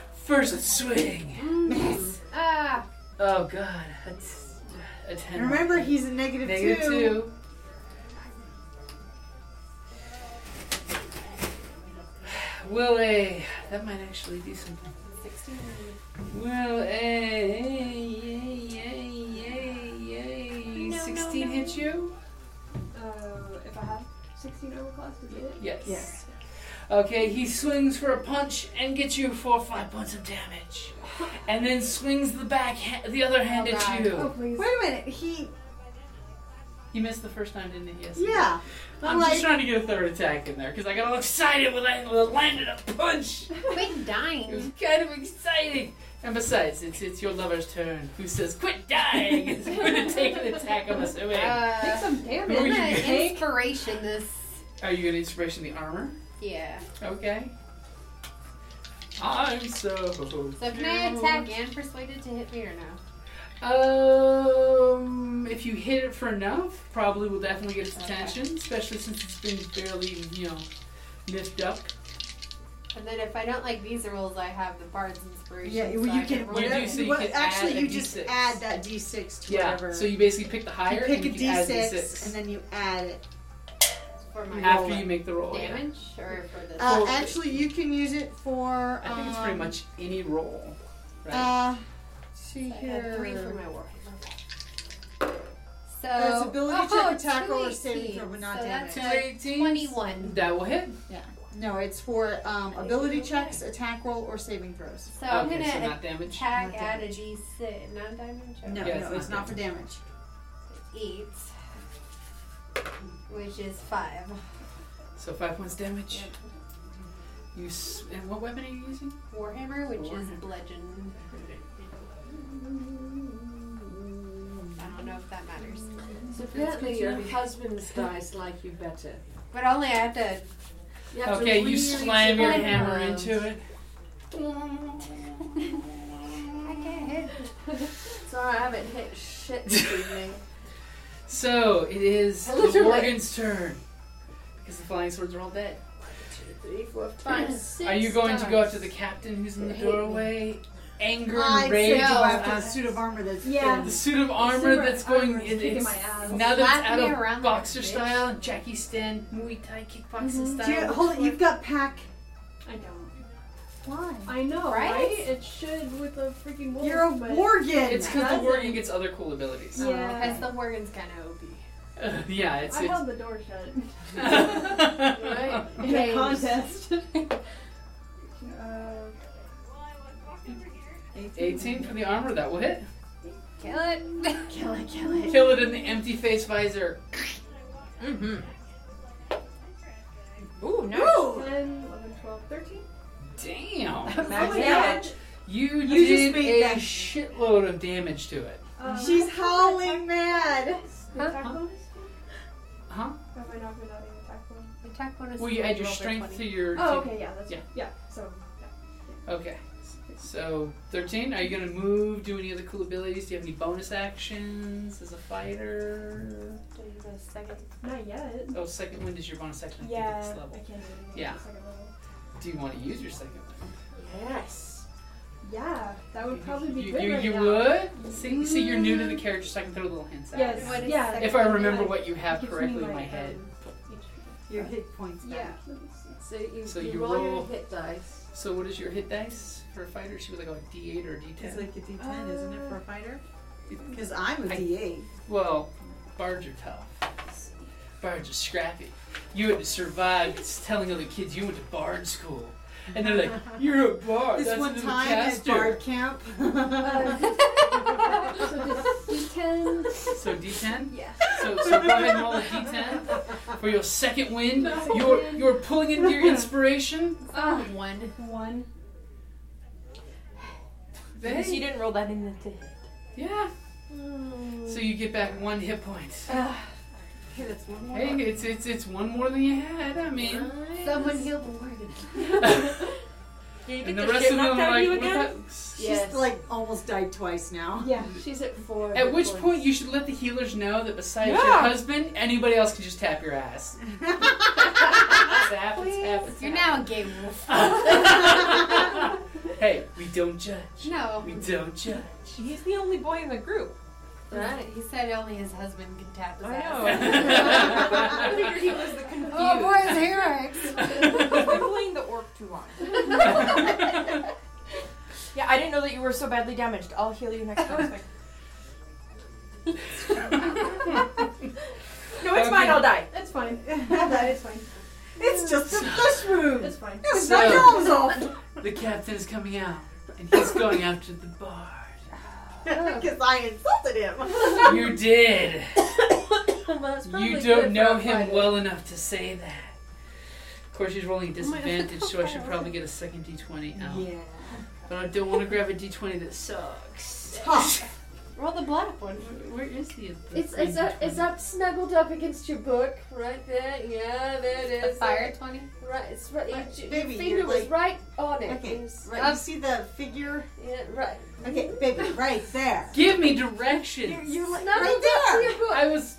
S1: First swing.
S4: Mm.
S5: Ah,
S1: Oh god, that's a ten.
S4: Remember, he's a negative,
S1: Negative
S4: two.
S1: two. Will a that might actually be something. Sixteen. Will a yay yay yay yay
S5: No, no,
S1: sixteen
S5: no.
S1: hit you?
S10: Uh, if I have 16 overclass, would you get it?
S1: Yes. Okay, he swings for a punch and gets you four or five points of damage, and then swings the back ha- the other hand
S5: Oh,
S1: at
S5: God.
S1: you.
S10: Oh, please.
S4: Wait a minute. He.
S1: He missed the first time, didn't he? Yes. he
S4: Yeah.
S1: I'm
S4: Like-
S1: just trying to get a third attack in there because I got all excited when I landed a punch.
S5: quit
S1: It was
S5: dying.
S1: kind of exciting. And besides, it's it's your lover's turn who says, "Quit dying!" It's going to take an attack. Oh, I'm assuming.
S5: Uh,
S10: Some damage.
S1: Who are
S5: I'm gonna
S1: you?
S5: inspiration this.
S1: Are you going to inspiration the armor?
S5: Yeah.
S1: Okay. I'm so.
S5: So can I attack and persuade it to hit me or no?
S1: Um, if you hit it for enough, probably will definitely get its attention, especially since it's been fairly, you know, miffed up.
S5: And then if I don't like these rules, I have the Bard's Inspiration.
S4: Yeah, well,
S5: so I
S4: you can.
S1: do
S4: Whatever,
S1: so you
S4: well,
S1: can add
S4: actually,
S1: a
S4: you just
S1: D6.
S4: add that d6 to whatever.
S1: So you basically pick the higher
S4: you pick
S1: and
S4: a
S1: you can add
S4: d6,
S1: a
S4: and
S1: d6
S4: then you add it.
S5: For my
S1: after
S4: roll
S1: you make the roll. yeah.
S5: damage or for the.
S4: Uh,
S1: Well,
S4: actually, you can use it for.
S1: Oh. I think it's pretty
S4: um,
S1: much any roll. Right.
S4: Uh, see
S5: I had
S4: here.
S5: three for my war. So
S4: Uh, it's ability check,
S5: oh,
S4: attack roll, or saving
S5: 218,
S4: throw, but not
S5: so
S4: damage.
S5: That's like
S1: 218s?
S5: Twenty-one.
S1: That will hit.
S4: No, it's for um, ability checks, attack roll, or saving throws.
S5: So I'm
S1: okay,
S5: gonna
S1: so not damage.
S5: attack
S4: Not
S5: at a D6, not diamond check.
S4: No,
S1: Yeah,
S4: no,
S1: it's
S4: it's
S1: not
S4: not for damage.
S5: Eight, which is five.
S1: So five points damage. You s- and what weapon are you using?
S5: Warhammer, which is
S1: Warhammer.
S5: bludgeon. I don't know if that matters,
S2: So apparently your husband's dice like you better.
S5: but only I have to.
S2: You have to
S1: Okay, you
S2: really
S1: slam your
S2: survive
S1: hammer
S2: around.
S1: into it.
S5: I can't hit.
S2: Sorry, I haven't hit shit this evening.
S1: So it is the
S2: Literally.
S1: Morgan's turn because the flying swords are all dead.
S2: Three, four, five, six.
S1: Are you going to go up to the captain who's in the
S2: Hit me.
S1: doorway? Anger
S4: I'd
S1: and
S4: say
S1: rage.
S4: go after the
S1: Uh,
S4: suit of armor that's
S10: Yeah.
S1: The suit of armor that's going.
S10: armor is
S1: It,
S10: kicking
S1: it's,
S10: my ass.
S1: now that
S5: Slap
S1: it's out
S5: me
S1: of
S5: around like a
S1: boxer
S5: bitch.
S1: style, Jackie Stan, Muay Thai kickboxing
S4: Do you,
S1: style.
S4: hold it, you've got pack.
S10: I don't.
S4: Why?
S10: I know,
S5: Right?
S10: right? It should with the freaking wolf.
S4: You're a
S10: but-
S4: Morgan.
S1: It's because the
S10: Doesn't-
S1: warden gets other cool abilities.
S10: Yeah.
S5: Because the Morgan's kind of OP.
S1: Uh, yeah, it's.
S10: I
S1: it's
S10: held the door shut.
S1: right?
S4: in a contest.
S10: Uh,
S1: 18 for the armor, that will hit.
S5: Kill it.
S10: kill it, kill it.
S1: Mm-hmm. Kill it in the empty face visor.
S10: Thirteen.
S1: Damn.
S4: Max
S10: my
S4: damage.
S1: You,
S4: You just
S1: did
S4: made
S1: a
S4: that-
S1: shitload of damage to it.
S10: Um,
S4: She's howling mad.
S10: the attack bonus?
S1: Huh?
S10: Have I not been adding attack bonus?
S5: Attack bonus.
S1: Well,
S5: is
S1: you add your
S5: roll by
S1: strength
S5: 20.
S1: to your.
S10: Oh,
S1: to-
S10: okay, yeah, that's
S1: Yeah.
S10: yeah. So yeah.
S1: Okay. So, 13, are you going to move? Do any other cool abilities? Do you have any bonus actions as a fighter?
S10: not yet.
S1: Oh, second wind is your bonus action. I think, at
S10: Yeah,
S1: this
S10: I
S1: level.
S10: can't do anything
S1: Yeah.
S10: at the second level.
S1: Do you want to use your second wind?
S10: Yes. Yeah, that would
S1: You-
S10: probably be
S1: you,
S10: good
S1: You,
S10: right
S1: you
S10: now.
S1: would? See, see, you're new to the character, so I can throw little hints out.
S10: Yes.
S5: What is
S10: yeah.
S5: second
S1: If I remember
S10: Yeah.
S1: what you have
S10: Gives me
S1: correctly in my
S10: um,
S1: head.
S10: HP.
S4: Your hit points back.
S7: So you,
S1: So
S7: you,
S1: you
S7: roll,
S1: roll-
S7: your hit dice.
S1: So, what is your hit dice for a fighter? She was like a D8 or a
S4: It's
S1: D10.
S4: like a D10, isn't it, for a fighter?
S1: It-
S4: Because I'm a
S1: I-
S4: D8.
S1: Well, bards are tough. Bards are scrappy. You had to survive s- telling other kids you went to bard school. And they're like, you're a bard.
S4: This
S1: that's
S4: one
S1: an
S4: time at
S1: imposter."
S4: Bard Camp.
S10: D10.
S1: So D10?
S10: Yeah.
S1: So, so go ahead and roll a D10 for your second win. You're, you're pulling in your inspiration.
S5: Oh,
S7: Um,
S5: one.
S10: One.
S1: Hey,
S7: you didn't roll that in the hit.
S1: yeah. So you get back one hit point.
S7: Hey, that's one more.
S1: Hey, it's, it's, it's one more than you had. I mean,
S5: Someone heal Morgan.
S7: Did you get
S1: and the
S7: the
S1: rest
S7: shit
S1: of them
S7: knocked
S1: are
S7: out of
S1: like,
S7: you
S1: what
S7: again?
S1: the-
S4: She's like almost died twice now.
S10: Yeah.
S7: She's at four.
S1: At
S7: hit
S1: which
S7: points.
S1: point you should let the healers know that besides your
S7: Yeah.
S1: husband, anybody else can just tap your ass. tap, and tap, and
S5: You're
S1: tap.
S5: now a gay wolf.
S1: hey, we don't judge.
S5: No.
S1: We don't judge.
S7: He's the only boy in the group.
S5: Right. He said only his husband can tap his
S7: I
S5: ass.
S7: I figured he was the confused.
S5: Oh boy, it's here.
S7: We've been playing the orc too long. yeah, I didn't know that you were so badly damaged. I'll heal you next time. It's like, no, it's fine. I'll die.
S10: It's fine. that is fine.
S4: It's just a push move.
S10: It's fine.
S4: It was
S1: So-
S4: not your arms off.
S1: the captain is coming out, and he's going after the bard.
S4: Because I insulted him.
S1: You did.
S7: Well, that's
S1: You don't know him well enough to say that. Of course, he's rolling disadvantage, so I should probably get a second d20 out.
S4: Yeah.
S1: But I don't want to grab a d20 that sucks.
S4: Tough.
S5: Roll the black one.
S1: Where is the? the
S7: It's it's up, it's up snuggled up against your book right there. Yeah, there it
S5: The
S7: is.
S5: fire twenty.
S7: Right, it's right.
S4: Right,
S7: Your, your
S4: baby,
S7: finger
S4: you're
S7: was
S4: like-
S7: right on it. It
S4: Okay.
S7: was-
S4: Right, you see the figure?
S7: yeah, right.
S4: Okay, baby, right there.
S1: Give me directions.
S4: You're, you're like
S7: Snuggled up to
S4: right
S7: your book.
S1: I was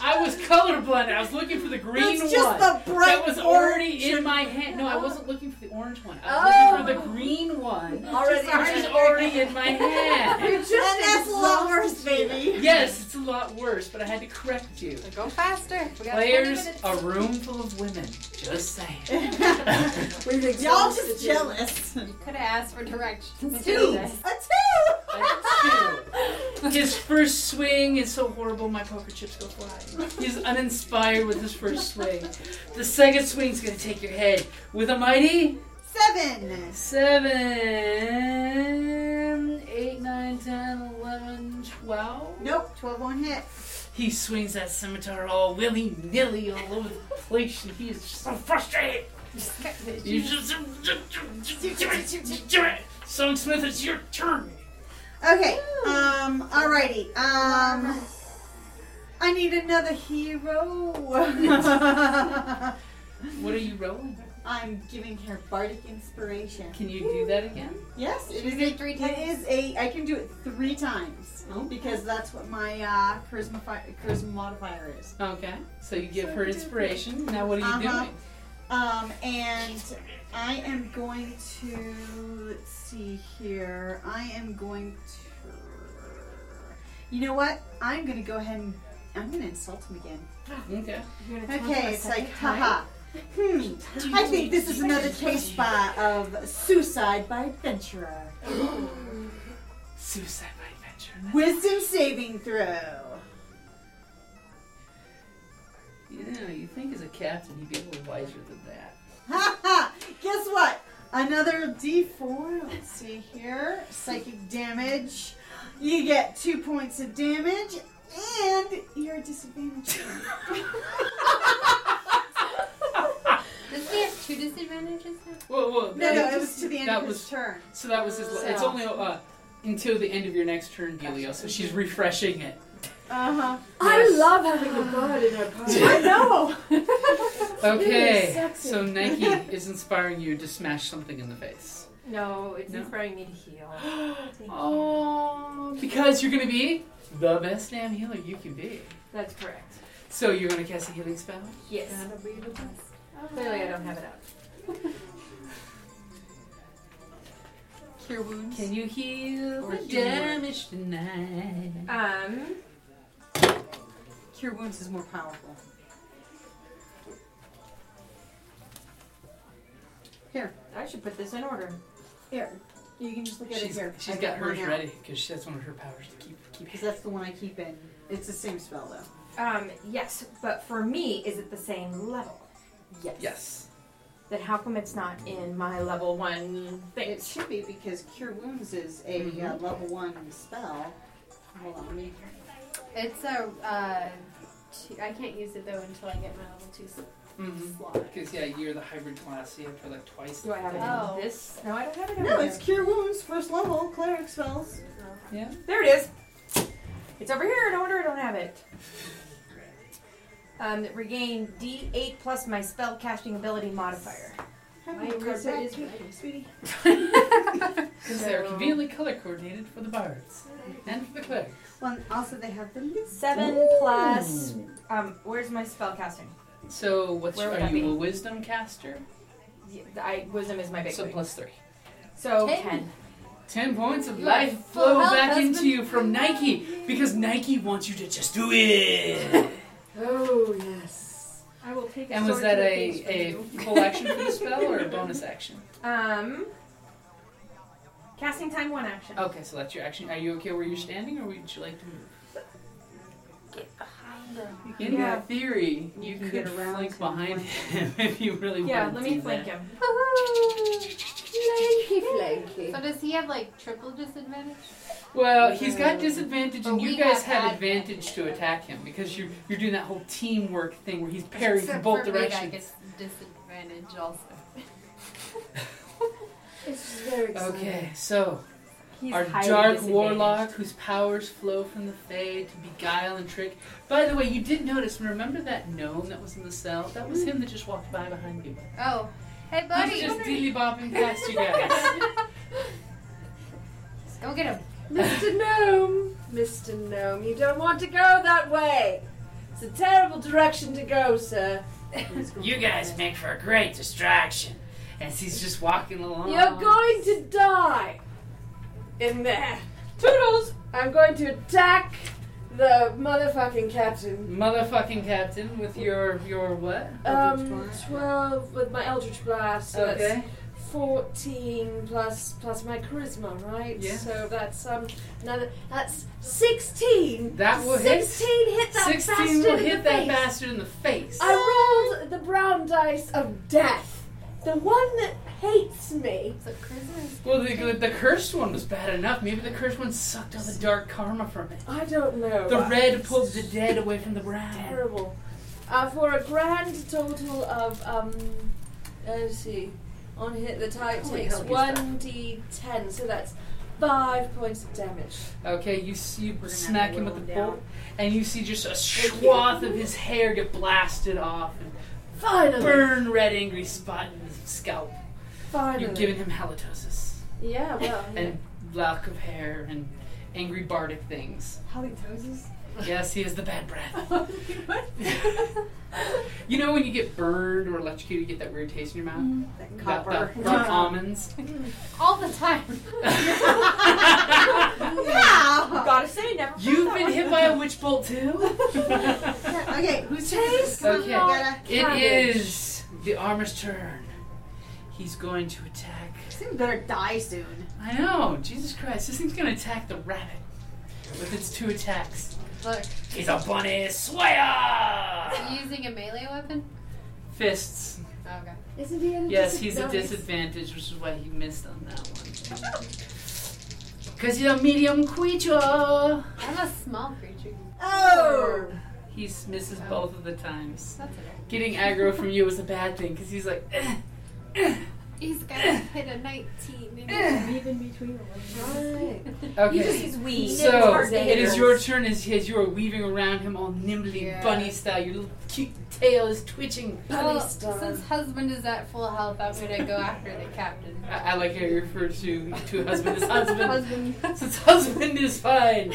S1: I was colorblind. I was looking for the
S4: there.
S1: green
S4: It's
S1: one.
S4: just the bright
S1: that was
S4: orange.
S1: already in my hand. No, I wasn't looking for the orange one. I was looking
S4: Oh.
S1: for the green one.
S7: Already,
S1: Which is already in my hand.
S4: And that's a lot worse, baby.
S1: Yes, it's a lot worse, but I had to correct you.
S5: Go faster. We got 20
S1: Players,
S5: minutes.
S1: a room full of women. Just saying.
S4: Y'all just jealous.
S5: You could have asked for directions.
S4: Two. A two.
S1: His first swing is so horrible, my poker chips go flying. He's uninspired with his first swing. The second swing's gonna take your head with a mighty
S4: Seven.
S1: Seven, eight, nine, ten, eleven, twelve.
S4: Nope. Twelve won't hit.
S1: He swings that scimitar all willy nilly all over the place, and he is so frustrated. He's just. Songsmith, it's your turn.
S4: Okay. Um. Alrighty. Um. I need another hero.
S1: What are you rolling?
S4: I'm giving her bardic inspiration.
S1: Can you do that again?
S4: Yes, it is a three. It is a. I can do it three times
S1: Oh.
S4: because that's what my uh, charisma fi- charisma modifier is.
S1: Okay, so you give her inspiration. Now, what are you
S4: Uh-huh.
S1: doing?
S4: Um, and I am going to let's see here. I am going to. You know what? I'm going to go ahead and I'm going to insult him again.
S1: Okay.
S4: Okay, it's like, haha. Hmm. I think this is another case by of suicide by adventurer.
S1: Suicide by adventure.
S4: Wisdom saving throw.
S1: You know, you think as a captain, you'd be a little wiser than that.
S4: Ha ha! Guess what? Another D4. Let's see here. Psychic damage. You get two points of damage, and you're disadvantaged.
S5: This man's two disadvantages now?
S1: Whoa, whoa.
S4: No,
S1: that-
S4: no, it was to the end
S1: that
S4: of his
S1: was-
S4: turn.
S1: So that was his. la- It's
S4: So.
S1: only uh, until the end of your next turn, Delia. So she's refreshing it.
S4: Uh huh.
S11: I
S1: Yes.
S11: love having a bird in her party.
S4: I know.
S11: Ooh,
S1: Okay.
S11: sexy.
S1: So Nike is inspiring you to smash something in the face.
S7: No, it's
S1: No.
S7: inspiring me to heal.
S1: Oh, because you're gonna be the best damn healer you can be.
S7: That's correct.
S1: So you're gonna cast a healing spell.
S7: Yes. Clearly, I don't have it up.
S5: Cure wounds.
S1: Can you heal
S5: Or
S1: the
S5: heal.
S1: damage tonight?
S7: Um,
S4: Cure wounds is more powerful.
S7: I should put this in order.
S4: Here, you can just look at
S1: She's,
S4: it here.
S1: she's
S4: I
S1: got
S4: one
S1: hers
S4: out.
S1: ready because that's one of her powers to keep keep.
S4: Because that's the one I keep in. It's the same spell though.
S7: Um, yes, but for me, is it the same level? Yes.
S1: Yes.
S7: Then how come it's not in my level one thing?
S4: It should be because Cure Wounds is a uh, level one spell. Hold on, let me.
S5: It's a. Uh, two, I can't use it though until I get my level two s-
S1: Mm-hmm.
S5: slot.
S1: Because yeah, you're the hybrid class. You have for like twice.
S7: Do I have it
S5: Oh.
S7: in this? No, I don't have it. over
S4: No,
S7: here.
S4: it's Cure Wounds, first level, cleric spells.
S1: Yeah.
S7: there. It is. It's over here. No wonder I don't have it. Um, regain D8 plus my spell casting ability modifier.
S4: Have
S2: My
S4: your card
S2: eraser
S4: back,
S2: is
S4: you-
S2: ready.
S4: sweetie.
S1: Because they're conveniently color coordinated for the bards and for the clerics.
S4: Well, and also they have the list.
S7: Seven plus. Um, where's my spell casting?
S1: So what's
S7: Where
S1: your,
S7: would
S1: are
S7: that
S1: you
S7: be?
S1: a wisdom caster?
S7: I wisdom is my big.
S1: So
S7: thing.
S1: plus three.
S7: so
S5: Ten.
S7: ten.
S1: Ten points of
S5: You are
S1: life
S5: full
S1: flow
S5: health,
S1: back
S5: husband.
S1: into you from Nike because Nike wants you to just do it.
S2: Oh yes. I will take.
S1: and was that a, a full action for the spell or a bonus action?
S7: Um, casting time one action.
S1: Okay, so that's your action. Are you okay where you're standing, or would you like to move? In
S7: Yeah.
S1: theory, you,
S4: can get
S1: could
S4: around
S1: flank
S4: him,
S1: behind
S4: flank
S1: him if you really
S7: Yeah,
S1: want
S7: let
S1: to
S7: me
S1: do
S7: flank
S1: that.
S7: him.
S2: flanky flanky?
S5: So does he have like triple disadvantage?
S1: Well, he's got disadvantage,
S5: But
S1: and you
S5: we
S1: guys
S5: have
S1: have
S5: had
S1: advantage to attack him because you're you're doing that whole teamwork thing where he's parrying
S5: Except
S1: from both
S5: for me, I
S1: directions.
S5: guess disadvantage also.
S2: It's just very exciting.
S1: Okay, so
S7: He's
S1: our
S7: highly
S1: dark
S7: disadvantaged.
S1: warlock whose powers flow from the Fae to beguile and trick. By the way, you did notice. Remember that gnome that was in the cell? That was him that just walked by behind you.
S5: Oh, hey
S1: He's
S5: buddy,
S1: just dilly bopping past you guys.
S5: go get him.
S2: Mr. Gnome, Mr. Gnome, you don't want to go that way. It's a terrible direction to go, sir.
S1: you guys make for a great distraction. As he's just walking along.
S2: You're going to die in there. Toodles! I'm going to attack the motherfucking captain.
S1: Motherfucking captain with your your what?
S2: Um,
S4: Eldritch Blast.
S2: 12 with my Eldritch Blast, so
S1: Okay.
S2: that's 14 plus, plus my charisma, right?
S1: Yeah.
S2: So that's um, another, that's 16!
S1: That will
S2: 16
S1: hit.
S2: hit that
S1: 16
S2: bastard
S1: will
S2: in the
S1: hit that
S2: face.
S1: bastard in the face.
S2: I rolled the brown dice of death. The one that hates me.
S5: So Christmas.
S1: Well, the, the, the cursed one was bad enough. Maybe the cursed one sucked all the dark karma from it.
S2: I don't know.
S1: The
S2: I-
S1: red pulled the dead away from the brown.
S2: terrible. Uh, for a grand total of um, let's see, on hit the type
S1: Holy
S2: takes
S1: hell, he's
S2: one d ten, so that's five points of damage.
S1: Okay, you see you
S12: gonna have
S1: smack
S12: to
S1: him with the
S12: whittle him
S1: bolt, and you see just a swath of his hair get blasted off and
S2: Finally,
S1: burn red angry spot in his scalp.
S2: finally.
S1: You've given him halitosis
S2: yeah, well, yeah.
S1: and lack of hair and angry bardic things.
S4: Halitosis?
S1: Yes, he is the bad breath. you know when you get burned or electrocuted, you get that weird taste in your mouth?
S4: That
S1: That-
S4: copper.
S1: that from almonds.
S5: All the time.
S4: Yeah.
S7: Gotta say, never.
S1: You've been hit by a witch bolt too?
S4: Okay, who's chase?
S1: Okay.
S4: Gotta,
S1: It is the armor's turn. He's going to attack.
S4: Soon better die soon.
S1: I know, Jesus Christ, this thing's gonna attack the rabbit with its two attacks.
S5: Look,
S1: He's a bunny swayer!
S5: you using a melee weapon? Oh,
S1: Fists.
S5: Okay.
S2: isn't he? in
S1: Yes, he's a
S2: disadvantage?
S1: disadvantage, which is why he missed on that one. Because he's a medium creature!
S5: I'm a small creature.
S4: Oh!
S1: He misses both of the times.
S5: That's okay.
S1: Getting aggro from you was a bad thing because he's like, "Eh,
S5: He's got to hit a 19. and
S1: Okay.
S3: He's weak.
S1: So
S3: Nimbus
S1: it is
S3: Xander.
S1: your turn as, as you are weaving around him all nimbly
S5: Yeah.
S1: bunny style. Your little cute tail is twitching.
S5: Well,
S10: star.
S5: since husband is at full health, I'm going to go after the captain.
S1: I, I like how you refer to to husband as husband.
S5: husband.
S1: Since husband is fine.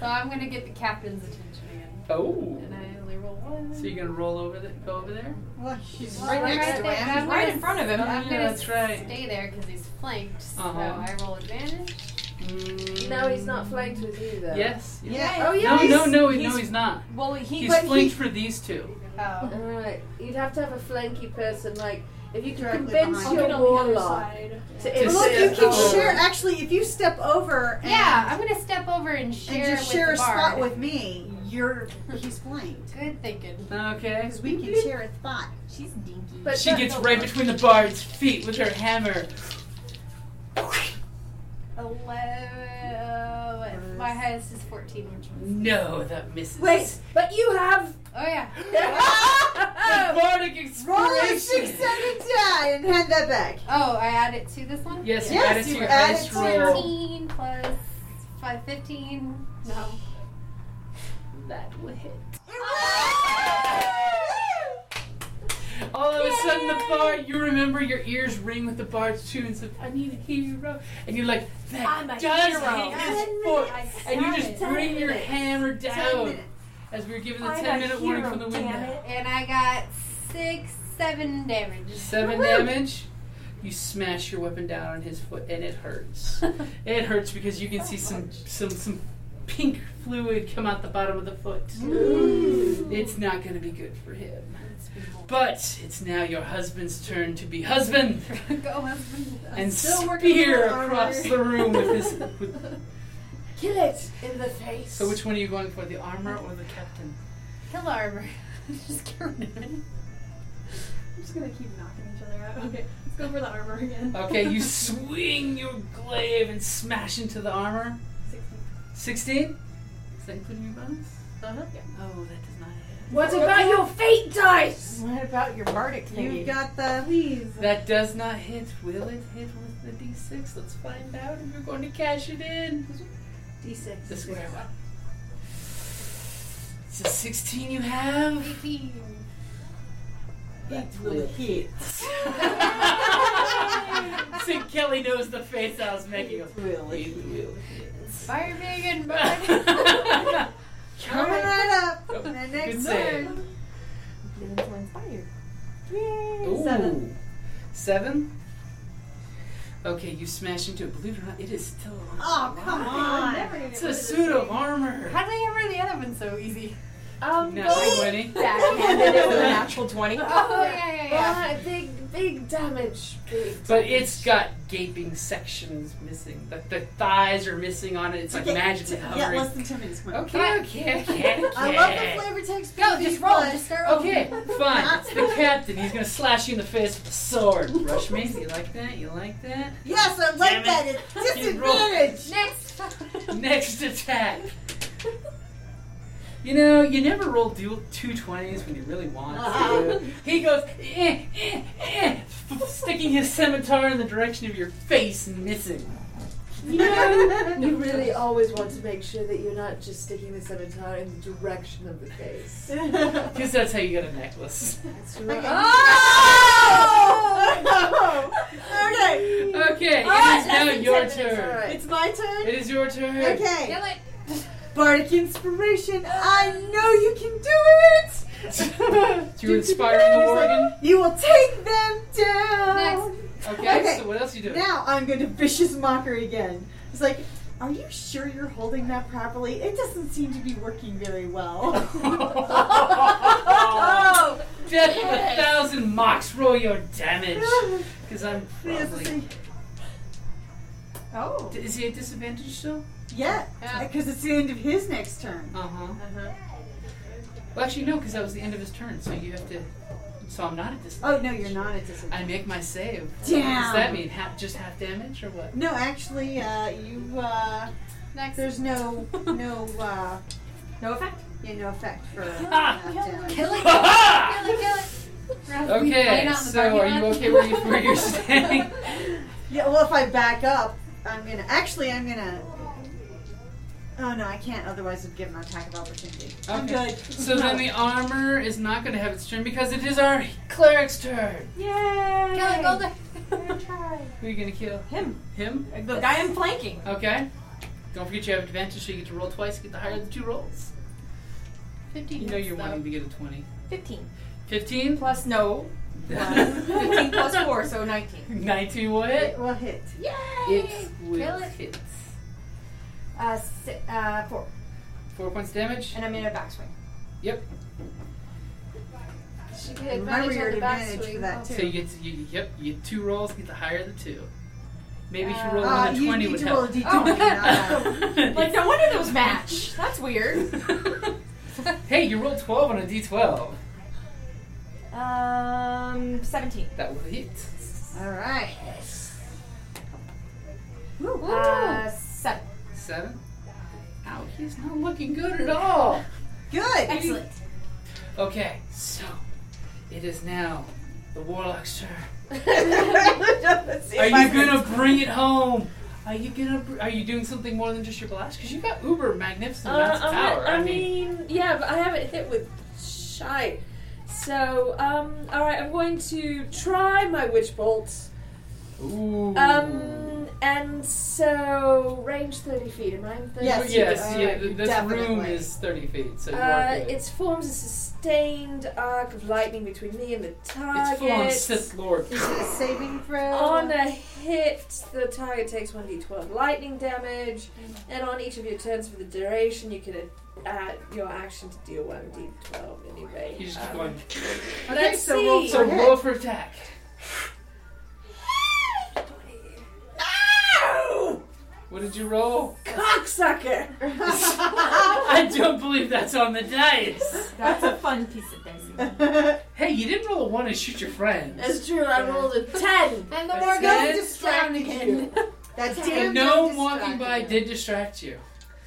S5: So I'm going to get the captain's attention again.
S1: Oh.
S5: And I only roll one.
S1: So you're gonna roll over the go over there?
S4: Well, she's
S5: Well, I'm
S4: next to
S5: there,
S4: him.
S5: but I'm
S3: right
S5: gonna
S3: in front of him.
S5: s- I'm
S1: Yeah,
S5: gonna
S1: that's right.
S5: stay there because he's flanked. So
S1: Uh-huh.
S5: I roll advantage.
S1: Mm.
S10: No, he's not flanked with you, though.
S1: Yes. yes.
S4: Yeah.
S10: Oh,
S1: No,
S10: yeah.
S1: no, no,
S4: he's-
S1: no, he's not.
S3: Well, he
S1: He's
S3: but
S1: flanked
S3: he,
S1: for these two.
S5: Oh.
S10: Alright, you'd have to have a flanky person, like, if you can
S4: Directly
S10: convince
S4: behind.
S10: your
S3: I'll get on the other
S10: warlock to
S1: To
S4: Well,
S1: sit
S4: if you
S1: at
S4: can
S1: home.
S4: share, actually, if you step over and,
S5: Yeah, I'm gonna step over and share
S4: and just
S5: with
S4: share
S5: the
S4: a spot
S5: bard.
S4: with me, you're he's blanked.
S5: Good thinking.
S1: Okay.
S4: Because we can share a spot.
S3: she's dinky.
S10: But
S1: She
S10: that-
S1: gets right between the bard's feet with her hammer.
S5: Eleven. My highest is fourteen, which was.
S1: No, that misses.
S10: Wait, but you have.
S5: Oh yeah.
S1: The bardic
S4: Roll a
S1: inspiration.
S4: six-sided die and hand that back.
S5: Oh, I add it to this one.
S1: Yes, you
S4: Yes,
S1: add it to
S4: you
S1: your
S4: add it
S1: dice
S4: to your-
S1: roll.
S5: Fourteen plus five, fifteen. No.
S1: That will hit.
S4: Woo!
S1: All of a sudden, the bard, you remember your ears ring with the bard's tunes of, I need a hero. And you're like, that
S3: I'm a
S1: does
S3: hero."
S1: hit this fort. And you just
S10: Ten
S1: bring your
S10: minutes.
S1: hammer down
S4: minutes.
S1: as we were given the
S3: I'm a
S1: 10 minute warning
S3: hero,
S1: from the
S3: damn
S1: window.
S3: it.
S5: And I got six, seven damage.
S1: Seven damage. You smash your weapon down on his foot, and it hurts. it hurts because you can see some, some, some pink fluid come out the bottom of the foot. It's not going to be good for him. But it's now your husband's turn to be husband.
S5: Go husband.
S1: and
S10: still working
S1: spear
S10: on my armor.
S1: across the room with this. With,
S10: Kill it in the face.
S1: so which one are you going for, the armor or the captain?
S5: Kill armor. Just get rid of it.
S13: I'm just gonna keep knocking each other out. Okay, let's go for the armor again.
S1: Okay, you swing your glaive and smash into the armor.
S13: Sixteen.
S1: Sixteen. Is that including your bonus?
S4: Uh-huh.
S1: Oh, that does not. hit.
S10: What about your fate dice?
S7: What about your bardic
S4: You've got the.
S1: That does not hit. Will it hit with the d6? Let's find out if you're going to cash it in.
S10: D6.
S1: The square one. It's a 16 you have.
S5: Eighteen.
S4: It will hit.
S1: St. Kelly knows the face I was making.
S4: Really?
S1: It will
S5: Fire vegan
S1: hit.
S4: Coming right up. The
S1: Good
S4: next
S1: save.
S4: turn.
S1: Ooh.
S4: Seven.
S1: Seven? Okay, you smash into it. Believe it or not, it is still on.
S4: Oh, come on.
S1: It's a suit of armor.
S5: How did I get rid of the other one so easy?
S10: Um,
S1: Now,
S10: roll-
S1: Winnie.
S7: Backhanded it with a natural 20.
S5: Oh yeah, yeah, yeah.
S10: roll a big, big damage. Big
S1: But it's got gaping sections missing. The, the thighs are missing on it. It's like
S4: Okay,
S1: magically
S4: Yeah,
S1: hovering.
S4: less than 10 minutes. Come on.
S1: okay, okay, okay, okay.
S4: I love the flavor text.
S5: Go, just roll. Just start rolling.
S1: Okay, fine. It's the captain. He's gonna slash you in the face with a sword. Rush me. You like that? You like that?
S4: Yes, I
S1: Damn
S4: like
S1: it.
S4: that. It's
S1: You roll.
S4: disadvantage.
S5: Next.
S1: Next attack. You know, you never roll dual two twenties when you really want
S4: Uh-huh.
S1: to. He goes, eh, eh, eh, f- sticking his scimitar in the direction of your face and missing.
S10: You know, you really always want to make sure that you're not just sticking the scimitar in the direction of the face.
S1: Because that's how you get a necklace.
S10: That's right.
S4: Oh! okay.
S1: Okay, it is now your
S10: All
S1: turn.
S10: right.
S4: It's my turn.
S1: It is your turn.
S4: Okay.
S5: Kill it.
S4: Bardic inspiration. I know you can do
S1: You're inspiring the Morgan.
S4: it. You will take them down.
S1: Okay,
S4: Okay.
S1: so what else you doing?
S4: Now I'm going to vicious mockery again. It's like, are you sure you're holding that properly? It doesn't seem to be working very
S1: Oh,
S4: well. Oh.
S1: Death of a thousand mocks, roll your damage. Because I'm probably.
S4: Oh.
S1: D- Is he at disadvantage still?
S4: Yeah,
S5: Yeah.
S4: because it's the end of his next turn.
S1: Uh huh. Well, actually, no, because that was the end of his turn, so you have to. So I'm not at disadvantage.
S4: Oh, no, you're not at disadvantage.
S1: I make my save. Does
S4: Damn.
S1: that mean half, just half damage or what?
S4: No, actually, uh, you, uh,
S5: Next.
S4: there's no, no, uh,
S7: No effect.
S4: yeah, no effect for. uh,
S1: Ah.
S4: knockdown.
S5: Kill it. Kill it.
S1: Ha
S5: Kill it.
S1: Okay, so are you okay where, you, where you're standing?
S4: Yeah, well, if I back up, I'm gonna. Actually, I'm gonna. Oh no, I can't. Otherwise, I'd give an attack of opportunity. I'm
S1: Okay.
S4: good.
S1: So then the armor is not going to have its turn because it is our cleric's turn.
S7: Yay!
S14: Kelly Golder.
S1: Who are you going to kill?
S7: Him.
S1: Him?
S7: The guy I'm flanking.
S1: Okay. Don't forget you have advantage, so you get to roll twice, get the higher of the two rolls.
S5: 15
S1: You know
S5: hits,
S1: you're
S5: though.
S1: wanting to get a 20.
S7: 15.
S1: 15?
S7: Plus no. 15 plus 4, so 19.
S1: 19 will
S4: It
S1: hit?
S4: will hit.
S7: Yay!
S1: It will
S7: Kill it.
S1: hit.
S7: Uh, si- uh, 4.
S1: Four points damage?
S7: And I'm in a backswing.
S1: Yep.
S5: She get
S4: Remember
S5: advantage
S4: your
S5: on the
S4: advantage
S5: backswing.
S4: for that
S1: So
S4: too.
S1: you get to, you, yep, you get two rolls, get the higher of the two. Maybe if you roll
S4: Uh,
S1: another
S4: you
S1: 20
S4: need
S1: would
S4: to
S1: help.
S4: roll a d20. not
S7: Like, no wonder those match. That's weird.
S1: hey, you rolled 12 on a d12.
S7: Um, 17.
S1: That will hit.
S4: a- All right.
S7: Uh, 7.
S1: Seven. Ow, he's not looking good at all.
S4: Good.
S7: Excellent.
S1: Okay, so it is now the warlock's turn. Are you gonna bring it home? Are you gonna? Br- are you doing something more than just your blast? Because you got uber magnificent
S2: Uh,
S1: amounts of
S2: I'm
S1: power.
S2: not- I mean, yeah, but I haven't hit with shite. So, um, alright, I'm going to try my Witch Bolt.
S1: ooh.
S2: Um, and so, range 30 feet, am I? in 30
S4: Yes,
S2: feet?
S1: yes,
S2: All
S1: yeah.
S2: right.
S1: th- This room
S4: definitely.
S1: is thirty feet, so you are
S2: Uh,
S1: good.
S2: it forms a sustained arc of lightning between me and the target.
S1: it's full on Sith Lord.
S4: Is it a saving throw?
S2: On
S5: Oh.
S2: a hit, the target takes 1d12 lightning damage, and on each of your turns for the duration, you can add your action to deal 1d12 anyway.
S1: You just
S2: Um,
S1: keep going.
S2: Let's
S4: so roll
S2: see.
S1: So roll for attack. What did you roll?
S2: Cocksucker!
S1: I don't believe that's on the dice.
S7: That's a fun piece of dicing.
S1: Hey, you didn't roll a one and shoot your friend.
S2: That's true, I rolled a
S14: And
S2: 10.
S14: the
S1: That's
S14: more
S1: good.
S14: goes distracted you.
S4: That
S1: And
S4: damn
S1: no
S4: thing
S1: walking by
S4: distracted
S1: did distract you.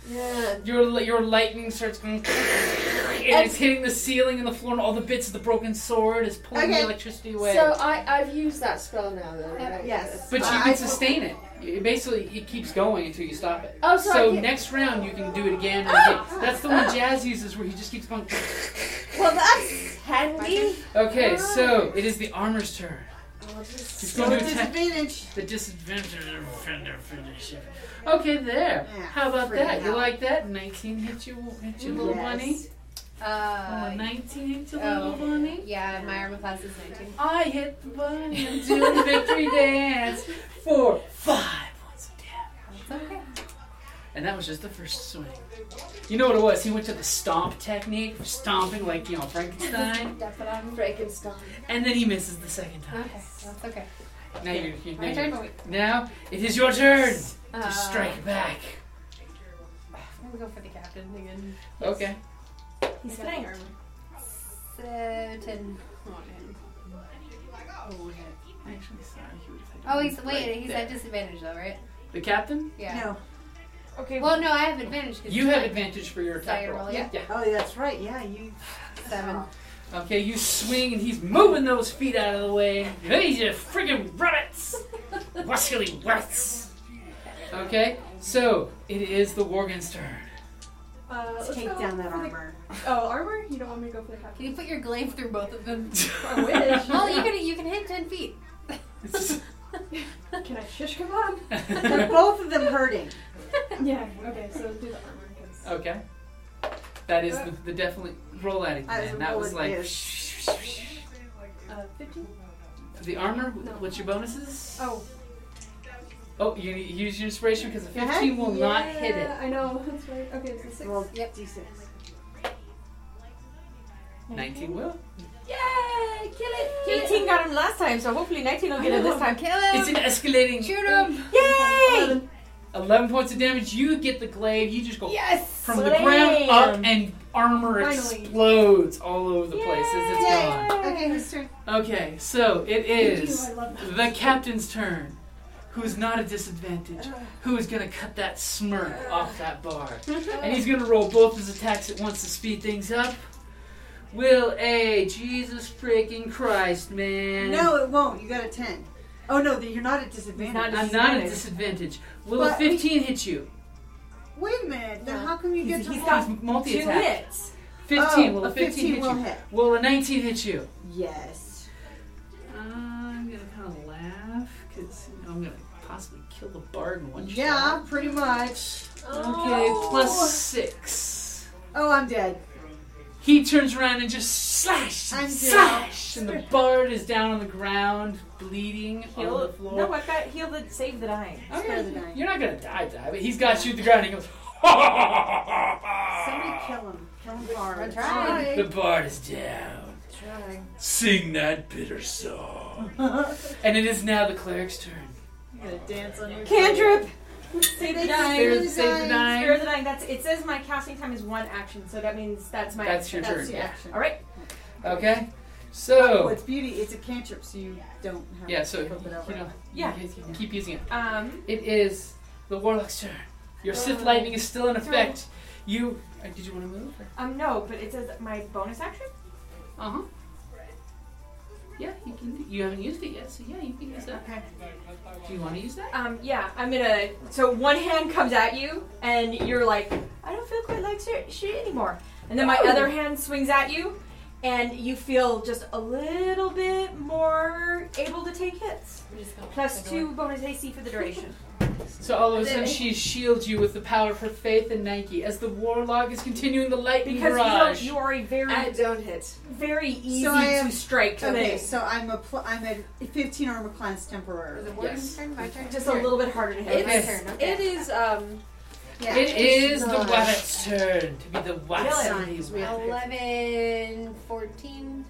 S2: Yeah.
S1: Your li- your lightning starts going, and it's hitting the ceiling and the floor, and all the bits of the broken sword is pulling
S4: Okay.
S1: the electricity away.
S2: So I, I've used that spell now, though, right?
S4: Yes.
S1: but you
S4: I-
S1: can
S4: I-
S1: sustain it. It basically it keeps going until you stop it.
S2: Oh, so I can't-
S1: next round you can do it again. And again. That's the one Jazz uses where he just keeps going.
S2: Well, that's handy.
S1: Okay, so it is the armor's turn. He's
S4: So
S1: going to
S4: with
S1: attack
S4: disadvantage.
S1: the disadvantage offender finisher. Okay, there.
S4: Yeah,
S1: How about
S4: pretty
S1: that? You
S4: hell.
S1: like that? 19 hit you, hit you little
S4: Yes.
S1: bunny. Oh,
S5: Uh,
S1: 19 hit you,
S5: oh.
S1: little bunny.
S5: yeah, my armor class is 19.
S1: I hit the bunny. I'm doing the victory dance for five points of damage. And that was just the first swing. You know what it was? He went to the stomp technique, stomping like, you know, Frankenstein.
S5: That's what I'm.
S2: Frankenstein.
S1: and then he misses the second time.
S5: Okay, that's okay.
S1: Now, you're, you now,
S5: My turn.
S1: you're- now it is your turn
S5: Uh,
S1: to strike back.
S5: I'm gonna go for the captain again.
S1: Okay.
S5: He's getting armor. So, 10 on him.
S1: Oh, yeah. Actually, sorry. He would've had to
S5: Oh, he's
S1: move
S5: wait.
S1: right
S5: he's
S1: there.
S5: at disadvantage though, right?
S1: The captain?
S5: Yeah.
S4: No.
S7: Okay,
S5: Well, no, I have advantage. 'cause
S1: You
S5: it's
S1: have
S5: like
S1: advantage for your attack
S5: Dire
S1: roll.
S5: roll, yeah.
S4: Oh, that's right. Yeah, you.
S5: Seven.
S4: Oh.
S1: Okay, you swing and he's moving those feet out of the way. Hey, you friggin' rabbits! Waskily rats! Okay, so it is the Worgen's turn.
S10: Uh, let's
S4: Take
S10: go
S4: down that
S10: for the-
S4: armor.
S10: Oh, armor? You don't want me to go for the captain?
S5: Can you put your glaive through both of them?
S10: I wish.
S5: Well, you can you can hit ten feet.
S10: Can I shish kebab?
S4: They're both of them hurting.
S10: yeah. Okay. So do the armor. 'cause-
S1: okay. That is the, the definitely roll at it.
S4: I
S1: man. That was
S4: rolled
S1: like
S4: this.
S10: Uh, fifteen.
S1: the armor.
S10: No.
S1: What's your bonuses?
S10: Oh,
S1: Oh, you need to use your inspiration because a
S4: Go ahead.
S1: fifteen will not hit it.
S10: yeah, I know. That's right. Okay, it's a six.
S4: Roll
S5: Yep.
S4: d6.
S1: Nineteen will.
S7: Yay! Kill it! 18 got him last time, so hopefully 19 will get him this time.
S5: Kill
S1: It's
S5: him.
S1: an escalating. Oh,
S5: Shoot him.
S7: Yay!
S1: Eleven points of damage. You get the glaive. You just go
S7: Yes!
S1: from the ground up,
S7: Slam.
S1: and armor
S10: Finally.
S1: explodes all over the place as it's
S4: Yay!
S1: gone.
S4: Okay, whose turn?
S1: Okay, so it
S10: Thank you,
S1: is
S10: I love that.
S1: the captain's turn, who is not a disadvantage, who is going to cut that smirk off that bar. And he's going to roll both his attacks at once to speed things up. Will A. Jesus freaking Christ, man.
S4: No, it won't. You got a 10. Oh, no, you're not at disadvantage.
S1: I'm not at disadvantage. Will a
S4: But-
S1: 15 hit you?
S4: Wait a minute. Then how come you get to
S1: He's
S4: roll?
S1: got multi attack. 15.
S4: Oh,
S1: will
S4: a
S1: a 15,
S4: 15
S1: hit
S4: will
S1: you?
S4: hit.
S1: Will a 19 hit you?
S4: Yes.
S1: I'm going to kind of laugh because you know, I'm going to possibly kill the bard in one
S4: Yeah, Oh. pretty much.
S1: Okay, plus six.
S4: Oh, I'm dead.
S1: He turns around and just slash,
S4: I'm
S1: and
S4: dead.
S1: slash, and the bard is down on the ground, bleeding on the
S7: Heal.
S1: floor.
S7: No, I've got heal the save the dying.
S1: Oh, yeah,
S7: Spare the dying.
S1: You're not gonna die, die, but he's got you to the ground. And he goes. Somebody
S4: kill him. Kill him hard.
S1: The bard is down.
S4: Trying.
S1: Sing that bitter song. and it is now the cleric's turn.
S7: I'm gonna dance on your
S4: Cantrip!
S7: Save
S4: Save
S7: the dying.
S1: the Spare- save the dying. dying.
S7: Spare the dying. That's it. Says my casting time is one action, so that means that's my.
S1: That's your turn,
S7: the
S1: yeah.
S7: action. All right.
S1: Okay.
S4: Oh,
S1: So
S4: it's beauty. It's a cantrip, so you don't have
S1: yeah, so
S4: to
S1: you
S4: flip it over.
S1: know,
S7: Yeah.
S1: you guys can keep using it.
S7: Um.
S1: It is the warlock's turn. Your Sith
S7: Uh,
S1: lightning is still in
S7: that's
S1: effect. You uh, did you want to move? or-
S7: Um. No, but it says my bonus action.
S1: Uh
S7: Uh-huh.
S1: huh. Yeah, you can. You haven't used it yet, so yeah, you can use that.
S7: Okay.
S1: Do you want to use that?
S7: Um. Yeah. I'm gonna. So one hand comes at you, and you're like, I don't feel quite like shit, shit anymore. And then my
S3: Ooh.
S7: other hand swings at you, and you feel just a little bit more able to take hits. Plus two bonus AC for the duration.
S1: So all of a sudden she shields you with the power of her faith and Nike as the warlock is continuing the lightning
S7: Because you are,
S1: barrage.
S7: you are a very
S1: I
S7: don't hit. Very easy
S4: So I am-
S7: to strike
S4: Okay,
S7: thing.
S4: so I'm a pl- I'm at 15 armor class temporarily.
S1: Yes.
S7: Just a little bit harder to hit.
S1: It's- My turn,
S7: It is um
S1: it is the wabbit's turn to be the wabbit.
S5: 11, 14.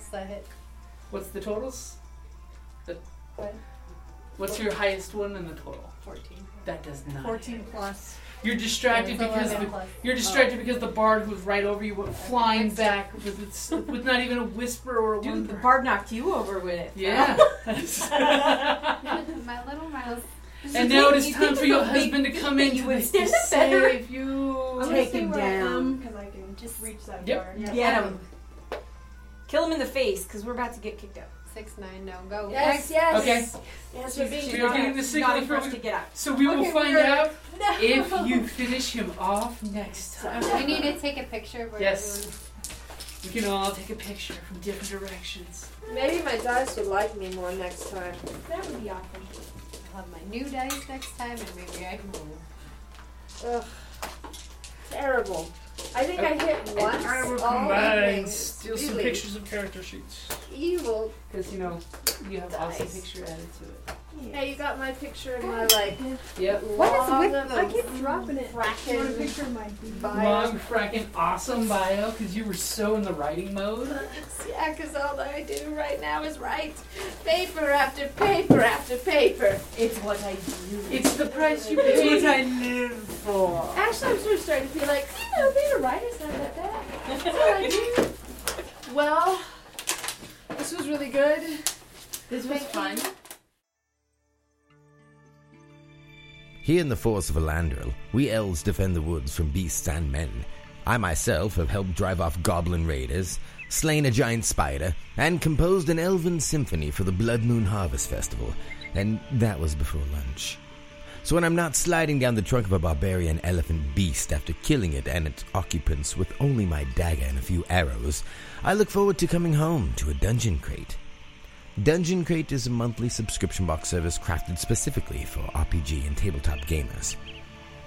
S5: Is that hit?
S1: What's the totals? The,
S5: What?
S1: what's your highest one in the total?
S5: 14.
S1: That does not.
S4: 14 plus.
S1: You're distracted
S4: Yeah,
S1: because
S4: eleven
S1: the,
S4: plus.
S1: you're distracted because the bard who's right over you went flying back with its, with not even a whisper or a
S7: Dude, the
S1: whimper.
S7: bard knocked you over with it.
S1: Yeah.
S5: My little mouse.
S1: and now it is time for your husband to come in to
S7: stand up better.
S1: save you.
S7: Take him down.
S13: Because I can just reach that
S1: Yep.
S13: bar.
S7: Get
S13: Yeah.
S7: him. Kill him in the face, because we're about to get kicked out.
S5: Six, nine, no, go.
S13: Yes,
S1: yes. Okay.
S7: Yes,
S1: So
S7: we're being
S1: you're getting the signal
S7: not
S1: from-
S7: to get out.
S1: So we will
S7: Okay,
S1: find
S7: we're-
S1: out
S7: No.
S1: if you finish him off next time.
S5: I need to take a picture of where
S1: Yes. We can all take a picture from different directions.
S15: Maybe my dice would like me more next time.
S7: That would be awesome.
S5: I'll have my new dice next time and maybe I can roll.
S15: Ugh. Terrible. I think I hit
S1: And
S15: once.
S1: I will
S15: all
S1: combine
S15: evenings.
S1: still Oh, some
S15: Really.
S1: pictures of character sheets.
S15: Evil.
S1: Because, you know, you have awesome
S15: Dice.
S1: picture added to it.
S15: Hey, you got my picture in my like.
S1: Yep.
S15: long
S13: I keep dropping it. You want a
S15: fracking
S13: picture of my
S15: bio.
S1: Long fracking awesome bio because you were so in the writing mode.
S15: Yeah, because all I do right now is write paper after paper after paper.
S7: It's what I do.
S1: It's the price you
S4: It's what
S1: pay.
S4: I live for.
S15: Actually, I'm sort of starting to feel like, you know, being a writer's not that bad. That's what I do. Well, this was really good.
S7: This was fun.
S16: Here in the Force of Elandril, we elves defend the woods from beasts and men. I myself have helped drive off goblin raiders, slain a giant spider, and composed an elven symphony for the Blood Moon Harvest Festival, and that was before lunch. So when I'm not sliding down the trunk of a barbarian elephant beast after killing it and its occupants with only my dagger and a few arrows, I look forward to coming home to a dungeon crate. Dungeon Crate is a monthly subscription box service crafted specifically for RPG and tabletop gamers.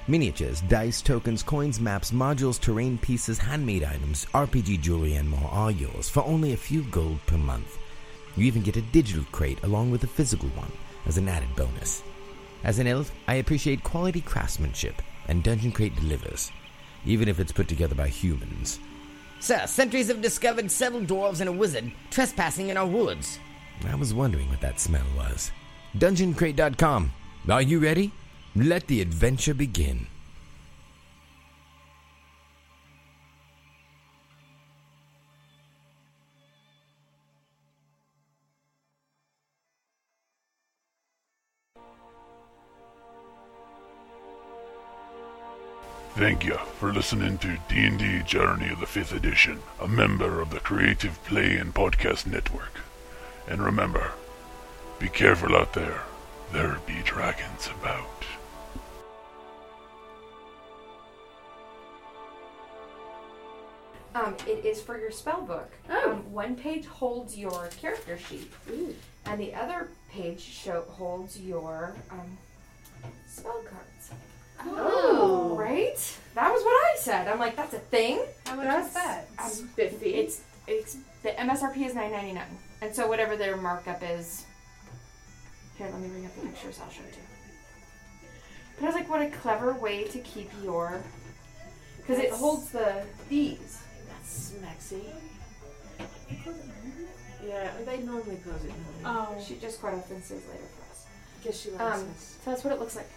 S16: Miniatures, dice, tokens, coins, maps, modules, terrain pieces, handmade items, RPG jewelry, and more are yours for only a few gold per month. You even get a digital crate along with a physical one as an added bonus. As an elf, I appreciate quality craftsmanship, and Dungeon Crate delivers, even if it's put together by humans.
S17: Sir, sentries have discovered several dwarves and a wizard trespassing in our woods.
S16: I was wondering what that smell was. DungeonCrate.com. Are you ready? Let the adventure begin.
S10: Thank you for listening to D&D Journey of the 5th Edition, a member of the Creative Play and Podcast Network. And remember, be careful out there. There be dragons about.
S2: Um, it is for your spell book. Um, one page holds your character sheet, and the other page show, holds your um, spell cards.
S5: Oh.
S2: right. That was what I said. I'm like, that's a thing.
S5: How much
S2: that's,
S5: is that?
S2: Um, It's it's the MSRP is nine ninety nine, and so whatever their markup is. Here, let me bring up the pictures. I'll show it to you. But I was like, what a clever way to keep your, because it
S5: That's-
S2: holds the these.
S5: That's smexy.
S2: Yeah, they normally close it. Oh. She just quite often stays later for us.
S5: Guess she likes
S2: Um,
S5: us.
S2: so that's what it looks like.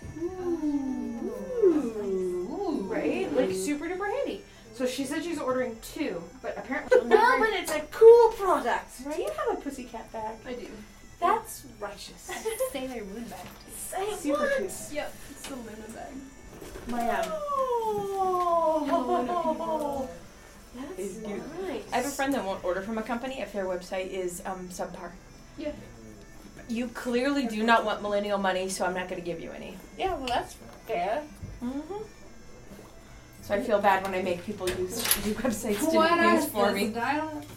S2: Right? Like super duper handy. So she said she's ordering two, but apparently
S5: No, but it's
S2: a cool product.
S5: Do you have a pussycat bag? I do.
S2: That's righteous.
S5: Sailor Moon bag.
S2: Sailor
S5: Super
S2: what?
S5: cute. Yep, it's the Luna bag.
S2: My um.
S5: Oh.
S2: That's nice.
S7: I have a friend that won't order from a company if their website is um, subpar.
S5: Yeah.
S7: You clearly do not want millennial money, so I'm not going to give you any.
S5: Yeah, well, that's fair.
S7: Mm-hmm. So I feel bad when I make people use, do websites to
S5: What
S7: do
S5: I
S7: things for me.
S5: I don't